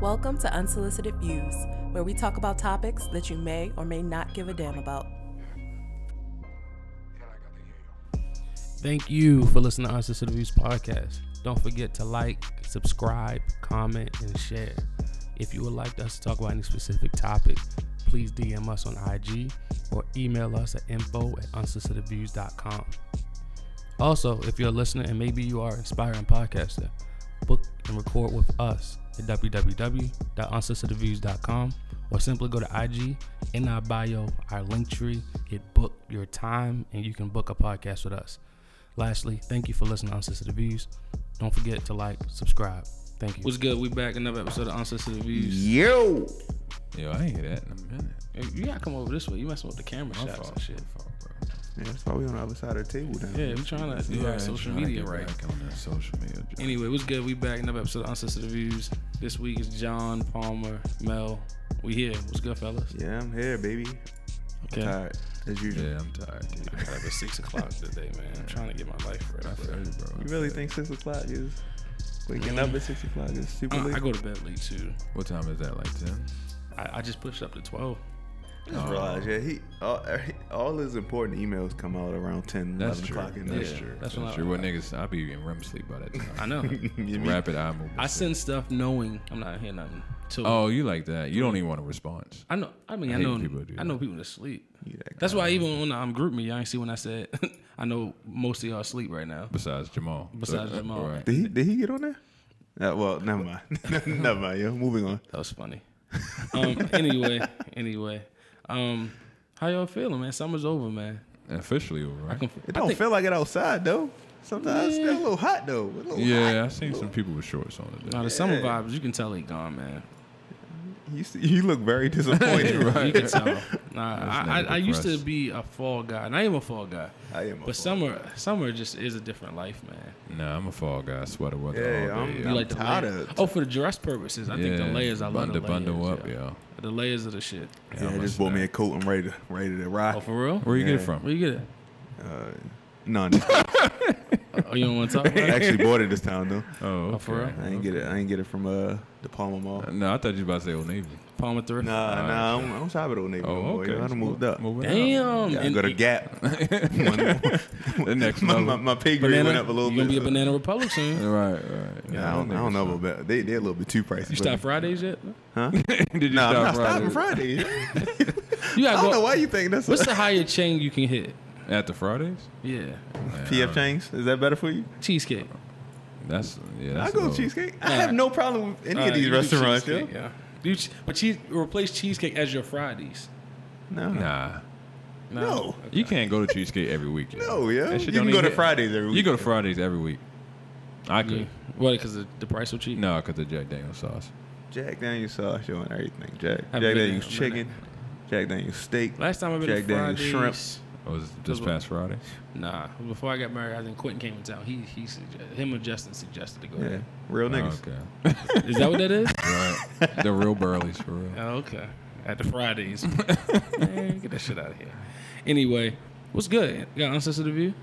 Welcome to Unsolicited Views, where we talk about topics that you may or may not give a damn about. Thank you for listening to Unsolicited Views podcast. Don't forget to like, subscribe, comment, and share. If you would like us to talk about any specific topic, please DM us on IG or email us at info at unsolicitedviews.com. Also, if you're a listener and maybe you are an aspiring podcaster, book and record with us at www.unsolicitedviews.com or simply go to IG in our bio, our link tree, hit book your time, and you can book a podcast with us. Lastly, thank you for listening to Unsolicited Views. Don't forget to like, subscribe. Thank you. What's good? We back another episode of Unsolicited Views. Yo. Yo, I ain't hear that in a minute. Hey, You gotta come over this way. You messing with the camera My shots fault. and shit. My fault, bro. Yeah, that's why we on the other side of the table now. Yeah, we trying to do Yeah, our social tryna media get right. back on that social media. joint. Anyway, what's good? We back another episode of Unsolicited Views. This week is John Palmer, Mel. We here. What's good, fellas? Yeah, I'm here, baby. Okay. Tired as usual. yeah, I'm tired, dude. I got up at six o'clock today, man. I'm trying to get my life I right. feel bro. you, bro. You really think six o'clock is waking up at six o'clock is super Uh, late? I go to bed late too. What time is that? Like ten? I, I just pushed up to twelve. I just realized, yeah, he all, all his important emails come out around 10, That's 11 true. o'clock in the That's Yeah, true. that's That's, when I- true. What niggas? I be in REM sleep by that time. I know. You mean- Rapid eye movement. I send stuff knowing I'm not hearing nothing. Till Oh, you like that? You don't even want a response. I know. I mean, I, I hate know. people who do I know people that sleep. you that That's why even when I'm group me, I ain't see when I said I know most of y'all sleep right now. Besides Jamal. uh, Besides Jamal. Right. Did he did he get on there? Uh, well, never mind. never mind. Yo, moving on. That was funny. Um, anyway, anyway, um, how y'all feeling, man? Summer's over, man. Officially over. Right? I can, It I don't think- feel like it outside though. Sometimes it's still a little hot though. A little hot. Yeah, I seen some people with shorts on today. Nah, the summer vibes, you can tell they gone, man. You, see, you look very disappointed. You can tell. Nah, I, I, never I used to depressed. be a fall guy, and I am a fall guy. I am a fall But summer, summer just is a different life, man. Nah, I'm a fall guy. Sweater weather Yeah, all I'm- day. You yeah. like the tired layers. of it. Oh, for the dress purposes, I think the Yeah, layers. I love the bundle- layers. bundle up, yeah. yo. The layers of the shit. Yeah, I I'm just a- bought me a coat. I'm ready to ready to Oh, rock. for real? Where you get it Yeah. from? Where you get it? Uh, No, no. Oh, you don't want to talk I about it? actually bought it this time though. Oh, okay. for real? I ain't get it. I ain't get it from uh the Palmer Mall. No, I thought you was about to say Old Navy. Palmer Thrift. Nah, nah. I'm, I'm shopping at Old Neighbor. Oh, okay. I done moved up. Moving up. Damn. Yeah, I And- go to Gap. my, The next my, level. my, my pay grade banana, went up a little you gonna bit. be a so- Banana Republic soon. Right, right. Nah, I, don't, I don't know about that. They they're a little bit too pricey. You stop Fridays yet? Did you Nah, I'm stop not stopping Friday? Friday. You I gotta don't know go. why you think that's What's a the higher chain you can hit? At the Fridays? Yeah, PF Chang's. Is that better for you? cheesecake. That's yeah. That's I go low. cheesecake. I Nah. have no problem with any of Uh, these you do restaurants. cheesecake, Yo. Yeah, Do che- but cheese replace cheesecake as your Fridays. No, no, Nah, no, you can't go to cheesecake every week. yo. no, yo. That You shit can don't go even to hit- Fridays every week. You go to Fridays every week. I could Yeah. What? Because the, the price will cheap. no, cause the Jack Daniel sauce. Jack Daniels sauce, yo, and everything. Jack Jack been there, Daniels I've been chicken, Jack Daniels steak. Last time I been to Jack Daniel's Fridays, shrimp. Oh, It was this what- past Friday. Nah, before I got married, I think Quentin came in town. He he suggested, him or Justin suggested to go. Yeah, there. real Oh, niggas. okay, Is that what that is? right. The real burleys for real. Oh, okay. At the Fridays. Man, get that shit out of here. Anyway, what's good? Got unsensitive view?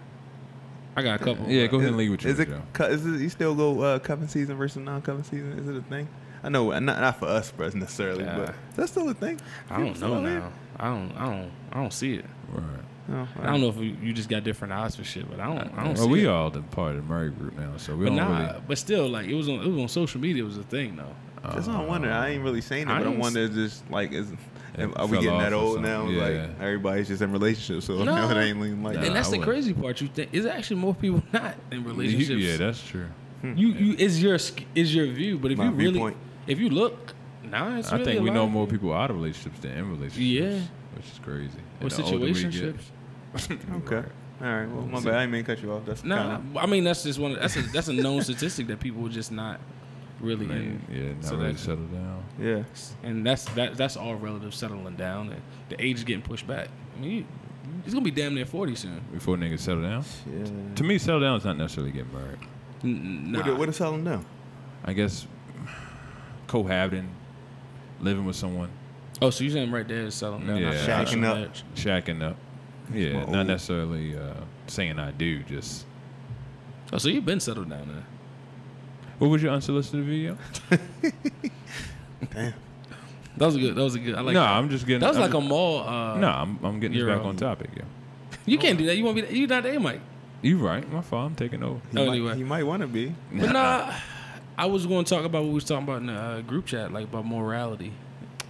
I got a couple. Yeah, go Is, ahead and leave with you. is it? Joe. cu- Is it? You still go uh, cupping season versus non-cupping season? Is it a thing? I know, uh, not not for us, bro, necessarily, Nah. but that's still a thing. I don't People know still here? now. I don't. I don't. I don't see it. Right. No, I don't know if you you just got different eyes for shit, but I don't. I don't well, see we it. all the part of the Murray group now, so we But don't nah. really. But still, like it was on. It was on social media. It was a thing though. That's what I'm wondering. I ain't really saying it, I but I'm ain't s- wondering just like, is It are fell we getting off that or old something. now? Yeah. Like everybody's just in relationships, so now it ain't even like Nah. and that. that's I the wouldn't. crazy part. You think is actually more people not in relationships. Yeah, that's true. you you is your sk- is your view. But if My you really viewpoint. if you look, nah, it's I really think a we lot know of more people. people out of relationships than in relationships. Yeah. Which is crazy. Or And the older we get- situationships. Okay. All right. Well, my bad. I didn't mean to cut you off. That's Nah, kind I mean that's just one. Of, that's a that's a known statistic that people are just not really. Man, in. yeah, not So really that- settled down. of yeah. and that's that that's all relative settling down and the age is getting pushed back. I mean, you, it's gonna be damn near forty soon. Before niggas settle down. Yeah. To me, settle down is not necessarily getting married. N- What, Nah. the- what is selling down? I guess cohabiting, living with someone, oh, so you saying right there is settling down? not Yeah. the actual Shacking up. marriage. shacking up. my Yeah, old- not necessarily uh, saying I do. Just Oh, so you've been settled down there. what was your unsolicited video? Damn. That was a good. That was a good. I like. no, that. I'm just getting. that was I'm like a just- mall. Uh, No, I'm, I'm getting this you're, back on um, topic. Yeah. you can't do that. You won't be. You not there, Mike. You right. My fault. I'm taking over. He Oh, might, anyway. he might want to be. But nah, I was going to talk about what we was talking about in the uh, group chat, like about morality.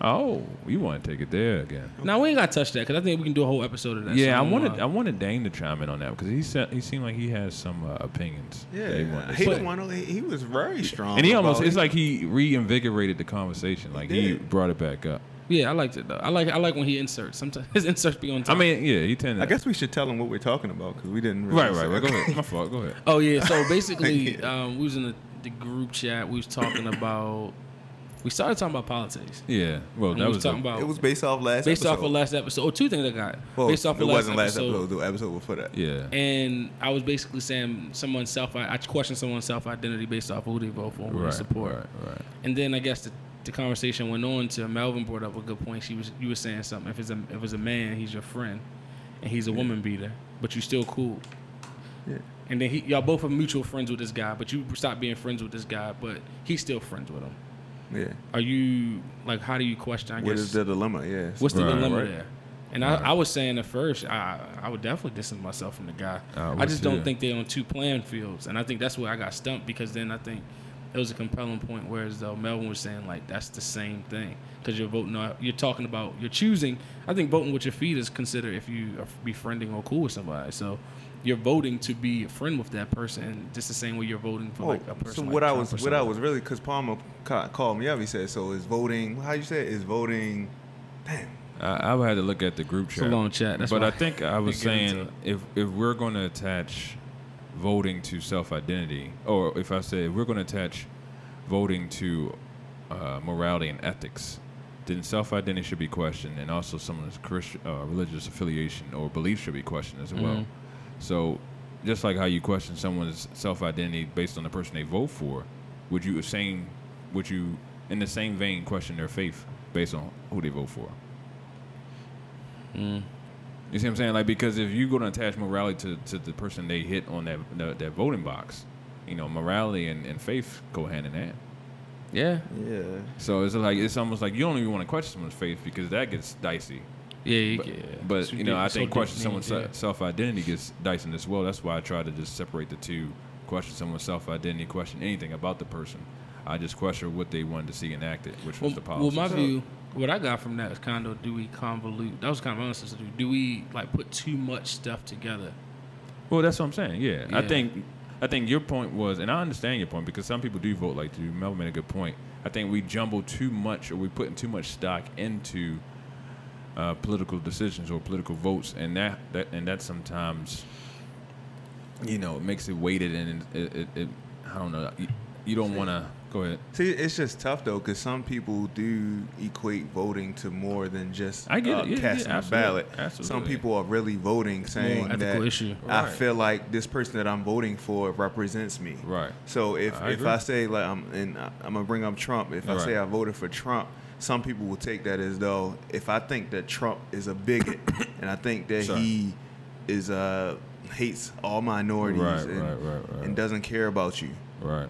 Oh, you want to take it there again? Now we ain't got to touch that because I think we can do a whole episode of that. Uh, so yeah, I don't wanted I wanna- wanted Dane to chime in on that because he said he seemed like he has some uh, opinions. Yeah, that he wanted to he say. didn't want to. He he was very strong. and he almost about it's it. like he reinvigorated the conversation. Like he, did. brought it back up. yeah, I liked it though. I like I like when he inserts. Sometimes his inserts be on. I Time. mean, yeah, he tended. I guess we should tell him what we're talking about because we didn't. Really Right, right, right. Go Okay. ahead. My fault. Go ahead. Oh yeah. So basically, um, we was in the, the group chat. We was talking about. We started talking about politics. Yeah. Well, And Oh, that we was. was talking a- about It was based off last. based episode. off of last episode. Oh, two things I got. Well, based off of it last, wasn't last episode. episode. The episode before that. Yeah. And I was basically saying someone's self. I, I questioned someone's self identity based off of who they vote for and who right. they support. Right. Right. And then I guess the, the conversation went on to Melvin brought up a good point. She was you were saying something. If it's a if it's a man, he's your friend, and he's a woman beater, but you still cool. Yeah. And then he, y'all both are mutual friends with this guy, but you stopped being friends with this guy, but he's still friends with him. Yeah. Are you like? How do you question? I What guess is the dilemma? Yeah. what's the Right, dilemma right. there? And Right. I, I was saying at first, I I would definitely distance myself from the guy. I I would just too. don't think they're on two playing fields, and I think that's where I got stumped because then I think it was a compelling point. Whereas though Melvin was saying like that's the same thing because you're voting, on, you're talking about, you're choosing. I think voting with your feet is considered if you are befriending or cool with somebody. So you're voting to be a friend with that person, and just the same way you're voting for Oh, like a person. so like what I Trump was or what I something. was really because Palmer ca- called me up. He said, "So is voting? How you say it? is voting? Damn, I, I would have to look at the group a chat. long chat, that's but why I think I was didn't get into saying if if we're going to attach voting to self identity, or if I say if we're going to attach voting to uh, morality and ethics, then self identity should be questioned, and also someone's Christian uh, religious affiliation or belief should be questioned as well. Mhm. So, just like how you question someone's self identity based on the person they vote for, would you same would you in the same vein question their faith based on who they vote for? mm, You see what I'm saying? Like because if you're gonna attach morality to, to the person they hit on that that, that voting box, you know, morality and, and faith go hand in hand. yeah, yeah, So it's like it's almost like you don't even want to question someone's faith because that gets dicey. yeah, you But, get- but, it's you know, I ridiculous. think So question deep, someone's yeah. self identity gets dicey as well. That's why I try to just separate the two. Question someone's self identity, question anything about the person. I just question what they wanted to see enacted, which was the policy. Well, my view, what I got from that is kind of do we convolute? That was kind of honest. Do do we like put too much stuff together? Well, that's what I'm saying. Yeah. I Yeah. think I think your point was, and I understand your point because some people do vote like you. Mel made a good point. I think we jumble too much, or we putting too much stock into uh, political decisions or political votes, and that, that and that sometimes, you know, it makes it weighted, and it, it, it I don't know. You, you don't want to go ahead. See, it's just tough though, because some people do equate voting to more than just I get uh, it. Yeah, yeah, casting a absolutely. ballot. Some Absolutely. people are really voting, saying ethical that issue. I Right. feel like this person that I'm voting for represents me. Right. So if I if agree. I say like I'm and I- I'm gonna bring up Trump, if I Right. say I voted for Trump, some people will take that as though if I think that Trump is a bigot and I think that Sorry. he is uh hates all minorities Right, and, right, right, right. and doesn't care about you Right.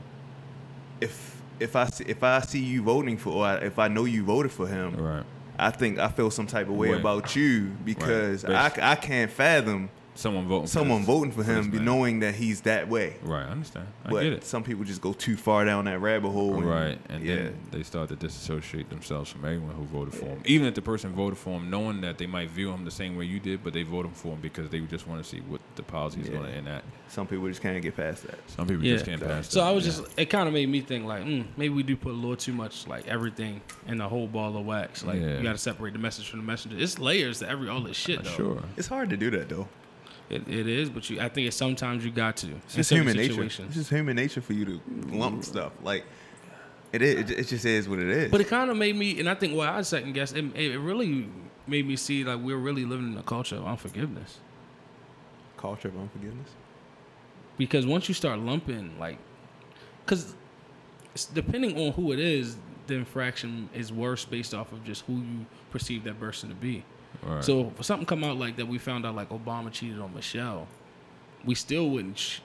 if if I see, if I see you voting for or if I know you voted for him, Right. I think I feel some type of way Way. about you because Right. I, I can't fathom Someone voting. for someone this- voting for him this man. knowing that he's that way. Right. I understand. I but get it. some people just go too far down that rabbit hole. and- Right, and yeah, then they start to disassociate themselves from everyone who voted for him. Even if the person voted for him, knowing that they might view him the same way you did, but they voted for him because they just want to see what the policy is Yeah. going to enact. some people just can't get past that. Some people just can't pass. So that. I was Yeah. just, it kind of made me think like, mm, maybe we do put a little too much like everything in the whole ball of wax. Like Yeah. you got to separate the message from the messenger. It's layers to every all this shit. Though. sure. It's hard to do that though. it, it is. But you, I think it's sometimes you got to. It's just human nature. It's just human nature for you to Mm. lump stuff like it is. It just is what it is. But it kind of made me, and I think why I second guess it, it really made me see like we're really living in a culture of unforgiveness. culture of unforgiveness. because once you start lumping like because depending on who it is the infraction is worse based off of just who you perceive that person to be Right. so if something come out like that we found out like obama cheated on michelle we still wouldn't sh-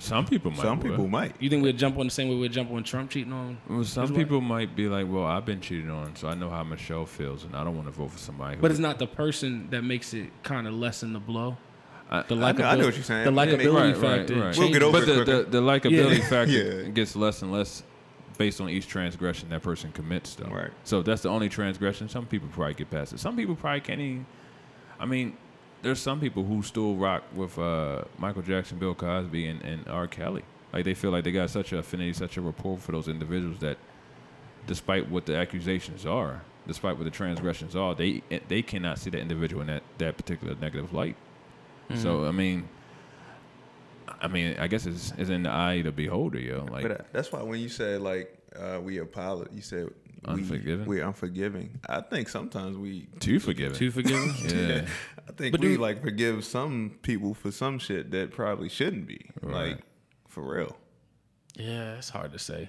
Some people might. Some would. people might. You think we'd jump on the same way we'd jump on Trump cheating on? Well, some His people might be like, "Well, I've been cheated on, so I know how Michelle feels, and I don't want to vote for somebody." Who But it's not the person that makes it kind of lessen the blow. I- The I know- I know likabil- what you're saying. The It makes- likability Right, right, factor. right. We'll changes. get over But the, it quicker. the, the likability Yeah. factor Yeah. gets less and less based on each transgression that person commits, though. Right. So that's the only transgression. Some people probably get past it. Some people probably can't even. I mean, there's some people who still rock with uh, Michael Jackson, Bill Cosby, and, and R. Kelly. Like they feel like they got such an affinity, such a rapport for those individuals that, despite what the accusations are, despite what the transgressions are, they they cannot see that individual in that, that particular negative light. So I mean, I mean, I guess it's, it's in the eye of the beholder, yo. Like, but uh, that's why when you said like uh, we apologize, you said we- Unforgiving? We're unforgiving. I think sometimes we, too forgiving. Too forgiving. yeah. I think But we dude- like forgive some people for some shit that probably shouldn't be. Right. Like for real. yeah, it's hard to say.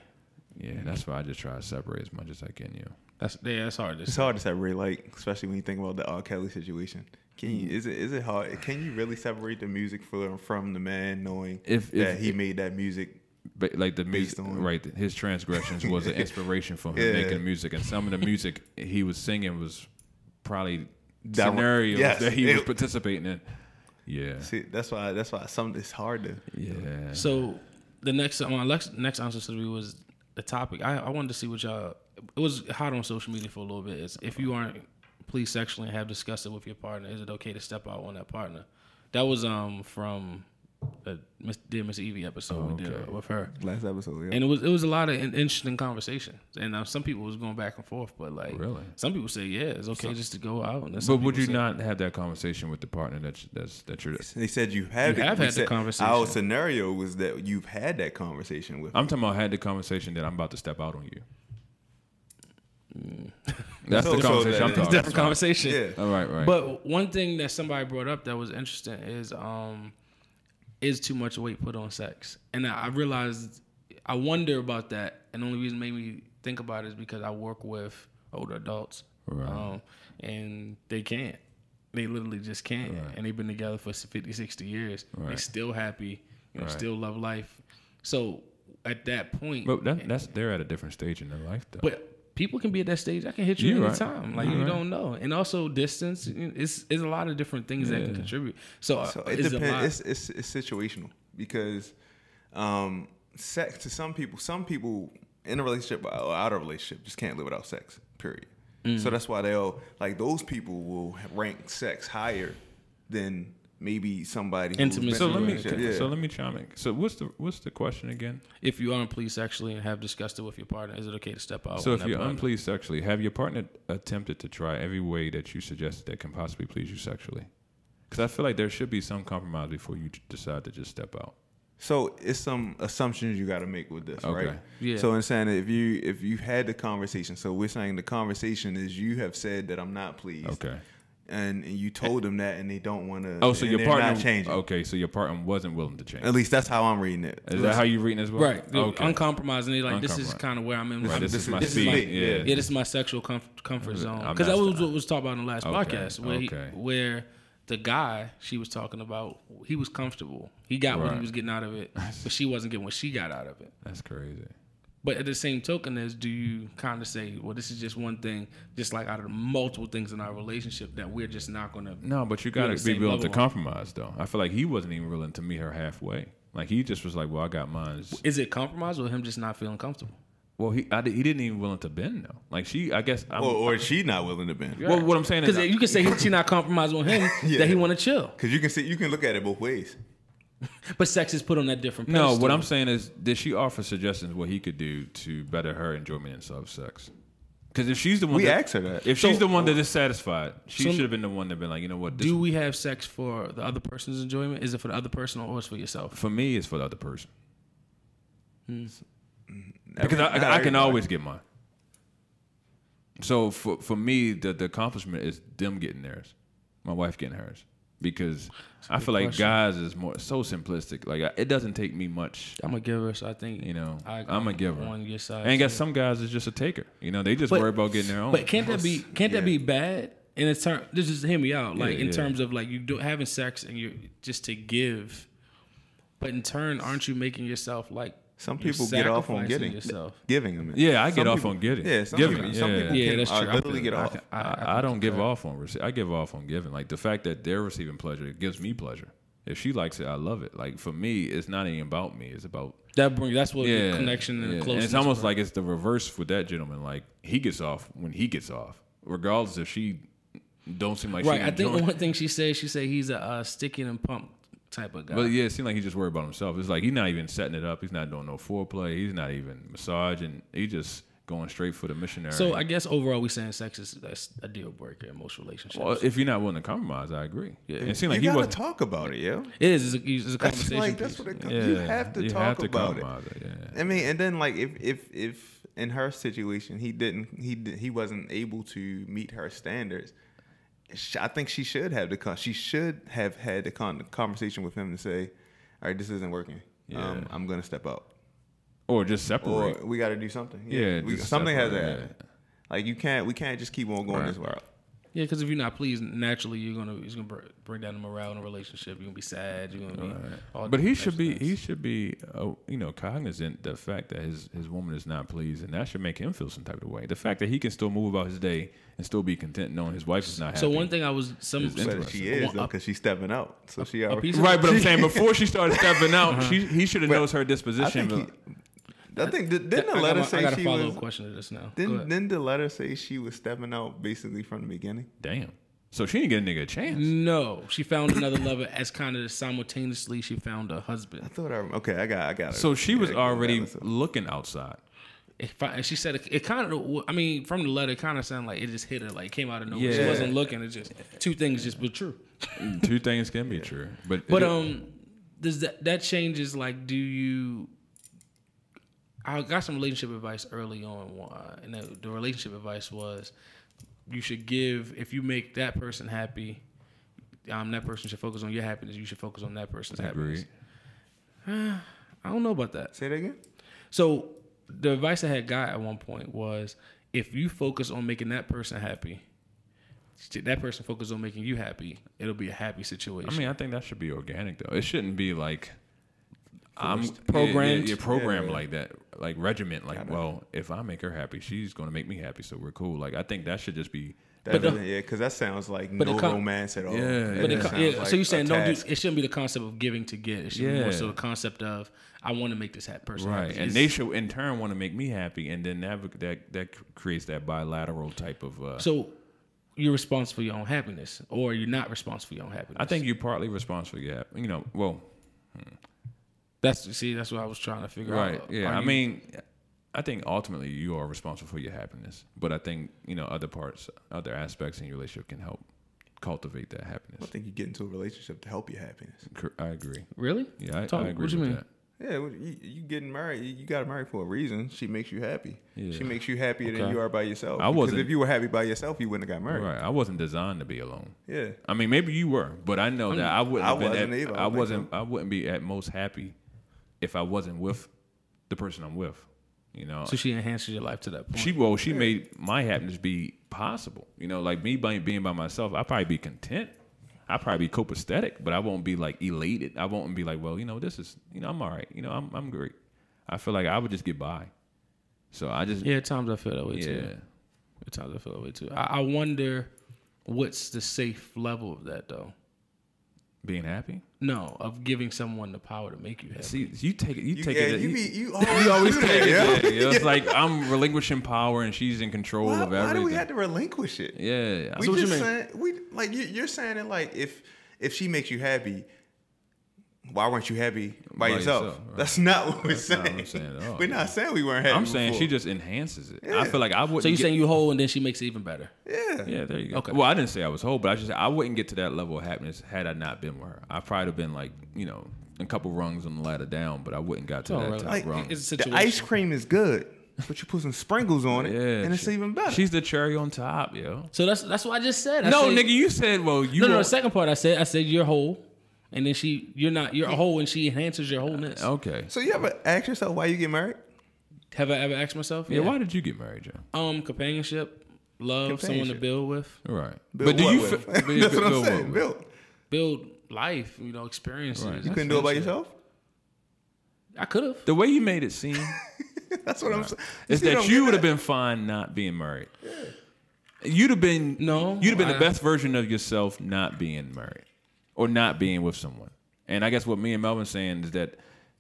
yeah, that's why I just try to separate as much as I can, yo. That's yeah, it's hard to It's say. hard to separate, like especially when you think about the R. Kelly situation. Can you is it is it hard? Can you really separate the music from from the man knowing If- that if- he made that music? But like the Based music, on- right? His transgressions was an inspiration for him Yeah. making music, and some of the music he was singing was probably Direct- scenarios yes, that he was it- participating in. Yeah, See, that's why that's why some it's hard to. yeah. So the next my next next answer to me was the topic. I, I wanted to see what y'all. It was hot on social media for a little bit. It's if you aren't pleased sexually and have discussed it with your partner, is it okay to step out on that partner? That was um from the Miss, dear Miss Evie episode we did with her, Last episode, yeah. and it was it was a lot of in- interesting conversation. And uh, some people was going back and forth, but like Really? some people say yeah, it's okay just to go out. And then But some would people you say- not have that conversation with the partner that you- that's that you're? they said you have. You it. have We had the said conversation. Oh, Our scenario was that you've had that conversation with. I'm talking about had the conversation that I'm about to step out on you. Mm. That's So- the so conversation that- I'm that's talking different about. conversation? yeah, All right, right. But one thing that somebody brought up that was interesting is um is too much weight put on sex. And I I realized I wonder about that and the only reason it made me think about it is because I work with older adults. Right. Um and they can't. They literally just can't. And they've been together for 50, 60 years. They're Right. still happy, you know, Right. still love life. So at that point But that, that's they're at a different stage in their life, though. but people can be at that stage. I can hit you You're right. anytime. Like you You're right. don't know. And also distance. It's it's a lot of different things that can contribute. So, So it it it's a lot. depends. It's, it's it's situational because um, sex to some people, some people in a relationship uh, or out of a relationship just can't live without sex. Period. Mm. So that's why they'll like those people will rank sex higher than maybe somebody who's Intimacy. been so in a let me relationship. so let me chime in. So what's the what's the question again? if you are unpleased sexually and have discussed it with your partner, is it okay to step out? So on if that you're partner? unpleased sexually, have your partner attempted to try every way that you suggested that can possibly please you sexually? Because I feel like there should be some compromise before you j- decide to just step out. So it's some assumptions you got to make with this, Okay. right? Yeah. So in saying that if you if you had the conversation, so we're saying the conversation is you have said that I'm not pleased, Okay. and, and you told them that, and they don't want to. Oh, so your partner not changing. Okay, so your partner wasn't willing to change. At least that's how I'm reading it. Is that how you reading as well? right, They're Okay. uncompromising. They're like, this is Uncompromised. kind of where I'm in. Right, this, This is is- my this is speed. me, yeah. yeah. yeah, this is my sexual comf- comfort zone I'm because not that was st- what was talked about in the last Okay, podcast where he, okay. where the guy she was talking about he was comfortable. He got what he Right. was getting out of it, but she wasn't getting what she got out of it. That's crazy. But at the same token, is do you kind of say, well, this is just one thing, just like out of the multiple things in our relationship that we're just not going to. No, but you We're gotta the be same willing to level. compromise, though. I feel like he wasn't even willing to meet her halfway. Like he just was like, "Well, I got mine." Is it compromise or him just not feeling comfortable? Well, he I, di- he didn't even willing to bend though. Like she, I guess. I'm, Or, or is she not willing to bend? well, what I'm saying is, Because you can say he- she not compromised on him that he want to chill, Because you can see, you can look at it both ways. but sex is put on that different. no. pedestal. What I'm saying is, did she offer suggestions what he could do to better her enjoyment and self sex? Because if she's the one, We that, asked her that. If she's the one that is satisfied, she Some- should have been the one that been like, you know what? This, do we have sex for the other person's enjoyment? Is it for the other person or is it for yourself? for me, it's for the other person Every- because I, not I, I can everybody. always get mine. So for for me, the the accomplishment is them getting theirs, my wife getting hers. Because I feel like question. guys is more so simplistic. Like I, it doesn't take me much I'm a giver, so I think You know, I, I'm a giver. on your side. And I too. guess some guys is just a taker. You know, they just But- worry about getting their own. But can't that be can't that yeah. be bad in a term? Just just hear me out. Like Yeah, in yeah. terms of like you do having sex and you're just to give, But in turn, aren't you making yourself like Some you're people get off on sacrificing getting yourself? giving them. It. Yeah, I Some get off people- on getting. Yeah, some Giving, people, some yeah. people Yeah, can, that's uh, true. I literally feel get that. off. I- I, I don't give off on rece- I give off on giving. Like the fact that they're receiving pleasure, it gives me pleasure. If she likes it, I love it. Like for me, it's not even about me. It's about That brings that's what yeah, the connection and yeah. the closeness. it's almost bro. like it's the reverse with that gentleman. Like he gets off when he gets off, regardless if she don't seem like right. she I think the enjoying it. one thing she said, she said he's a uh, sticking and pump type of guy. But yeah, it seemed like he just worried about himself. It's like he's not even setting it up. He's not doing no foreplay. He's not even massaging. He just going straight for the missionary. so I guess overall, we saying sex is that's a deal breaker in most relationships. well, if you're not willing to compromise, I agree. Yeah, it seemed like you he gotta was. talk about it, yo. it is it's a, it's a That's conversation. like that's piece. what it comes. yeah, you have to you talk have to about it. compromise it. Yeah. I mean, and then like if if if in her situation he didn't he di- he wasn't able to meet her standards, sh- I think she should have the con- she should have had the con- conversation with him to say, all right, this isn't working. Yeah. Um, I'm gonna step out, or just or separate. we got to do something. Yeah, we, just something has to separate, happen. Like you can't we can't just keep on going this route. Yeah, because if you're not pleased, naturally you're gonna it's gonna br- bring down the morale in a relationship. You're gonna be sad. You're gonna be. all but he different should types of be things. he should be uh, you know cognizant the fact that his his woman is not pleased, and that should make him feel some type of way. The fact that he can still move about his day and still be content knowing his wife is not happy. So one thing I was some But she is though, because she's stepping out, so she already. piece of- Right, but I'm saying before she started stepping out, she he should have knows her Uh-huh. I disposition. think. but- he- I think did- didn't the I got, letter my- I say got a she follow was? up question to this now. Go Didn't, ahead. didn't the letter say she was stepping out basically from the beginning? damn, so she didn't get a nigga a chance. no, she found another lover as kind of simultaneously she found a husband. I thought I okay, I got I got it. So she was Yeah, I got already it. looking outside. If I, and she said it, it kind of, I mean, from the letter, it kind of sounded like it just hit her, like it came out of nowhere. She Yeah. wasn't looking. It just two things just were true. Two things can be true, but But um, does that that changes like do you? I got some relationship advice early on, uh, and the, the relationship advice was you should give if you make that person happy. Um, that person should focus on your happiness. You should focus on that person's happiness. agree. I don't know about that. Say that again. So the advice I had got at one point was if you focus on making that person happy, that person focus on making you happy, it'll be a happy situation. I mean, I think that should be organic though. It shouldn't be like I'm Forced. Programmed. Yeah, yeah, programmed like that, like regiment. Like, well, if I make her happy, she's gonna make me happy, so we're cool. Like, I think that should just be. That But the- doesn't- yeah, because that sounds like but no the co- romance at all. Yeah, That But it, just co- sounds yeah, like so you're saying a don't do task. it shouldn't be the concept of giving to get. It should be more Yeah. so the concept of I want to make this ha- person Right, happy. and It's- they should in turn want to make me happy, and then that that that creates that bilateral type of. Uh, so you're responsible for your own happiness, or you're not responsible for your own happiness. I think you're partly responsible. Yeah, you know. Well, that's see that's what I was trying to figure right. out. Yeah, Are I you- mean, I think ultimately you are responsible for your happiness, but I think you know other parts, other aspects in your relationship can help cultivate that I happiness. think you get into a relationship to help your happiness. Cor- I agree. really? Yeah, I, Talk- I agree what you with mean? that. Yeah, well, you, you getting married, you- you got married for a reason. She makes you happy. Yeah. She makes you happier than Okay. you are by yourself. I Because wasn't- if you were happy by yourself, you wouldn't have got married. Right. I wasn't designed to be alone. Yeah. I mean, maybe you were, but I know that I wouldn't. I have been wasn't at- either, I I don't think wasn't. I wouldn't be at most happy if I wasn't with the person I'm with. You know, So she enhances your life to that point. she well, she made my happiness be possible. You know, like me by, being by myself, I probably be content. I probably be copacetic, but I won't be like elated. I won't be like, well, you know, this is, you know, I'm all right. You know, I'm, I'm great. I feel like I would just get by. So I just, yeah, at times I feel that way too. yeah. At times I feel that way too. I, I wonder what's the safe level of that though. being happy. No, of giving someone the power to make you happy. See, you take it. You, You, take yeah, it. you, you- be, you always, do that, yo. Yeah, yeah, it's like I'm relinquishing power and she's in control Why, of why do everything. we have to relinquish it? yeah, We so just what you mean? saying we like you, you're saying it like if if she makes you happy, why weren't you happy by, By yourself? yourself, right. That's not what we're not saying. what I'm saying at all, we're not saying we weren't happy. I'm saying she before. just enhances it. I feel like I wouldn't. so you're get- saying you whole and then she makes it even better. yeah. Yeah, there you go. Okay. Well, I didn't say I was whole, but I just I wouldn't get to that level of happiness had I not been with her. I probably have been like you know a couple rungs on the ladder down, but I wouldn't got to It's all that right. top Like, rung. It's a situation. The ice cream is good, but you put some sprinkles on it, yeah, and it's she- even better. She's the cherry on top, yo. So that's that's what I just said. I no, said- nigga, you said well, you No, no, no. won't- The second part I said, I said you're whole, and then she, you're not, you're a whole, and she enhances your wholeness. okay. so you ever ask yourself why you get married? Have I ever asked myself? yeah, why did you get married, Joe? Um, companionship, love, someone to Companionship. build with, All right, Built but do what you? with? feel- That's what I'm saying. Built. build life, you know, experiences. Right. You couldn't do it by yourself. I could have. The way you made it seem That's what I'm saying. is see what I'm that you getting would at? have been fine not being married. You'd have been No, You'd have been I- the best version of yourself not being married or not being with someone. And I guess what me and Melvin's saying is that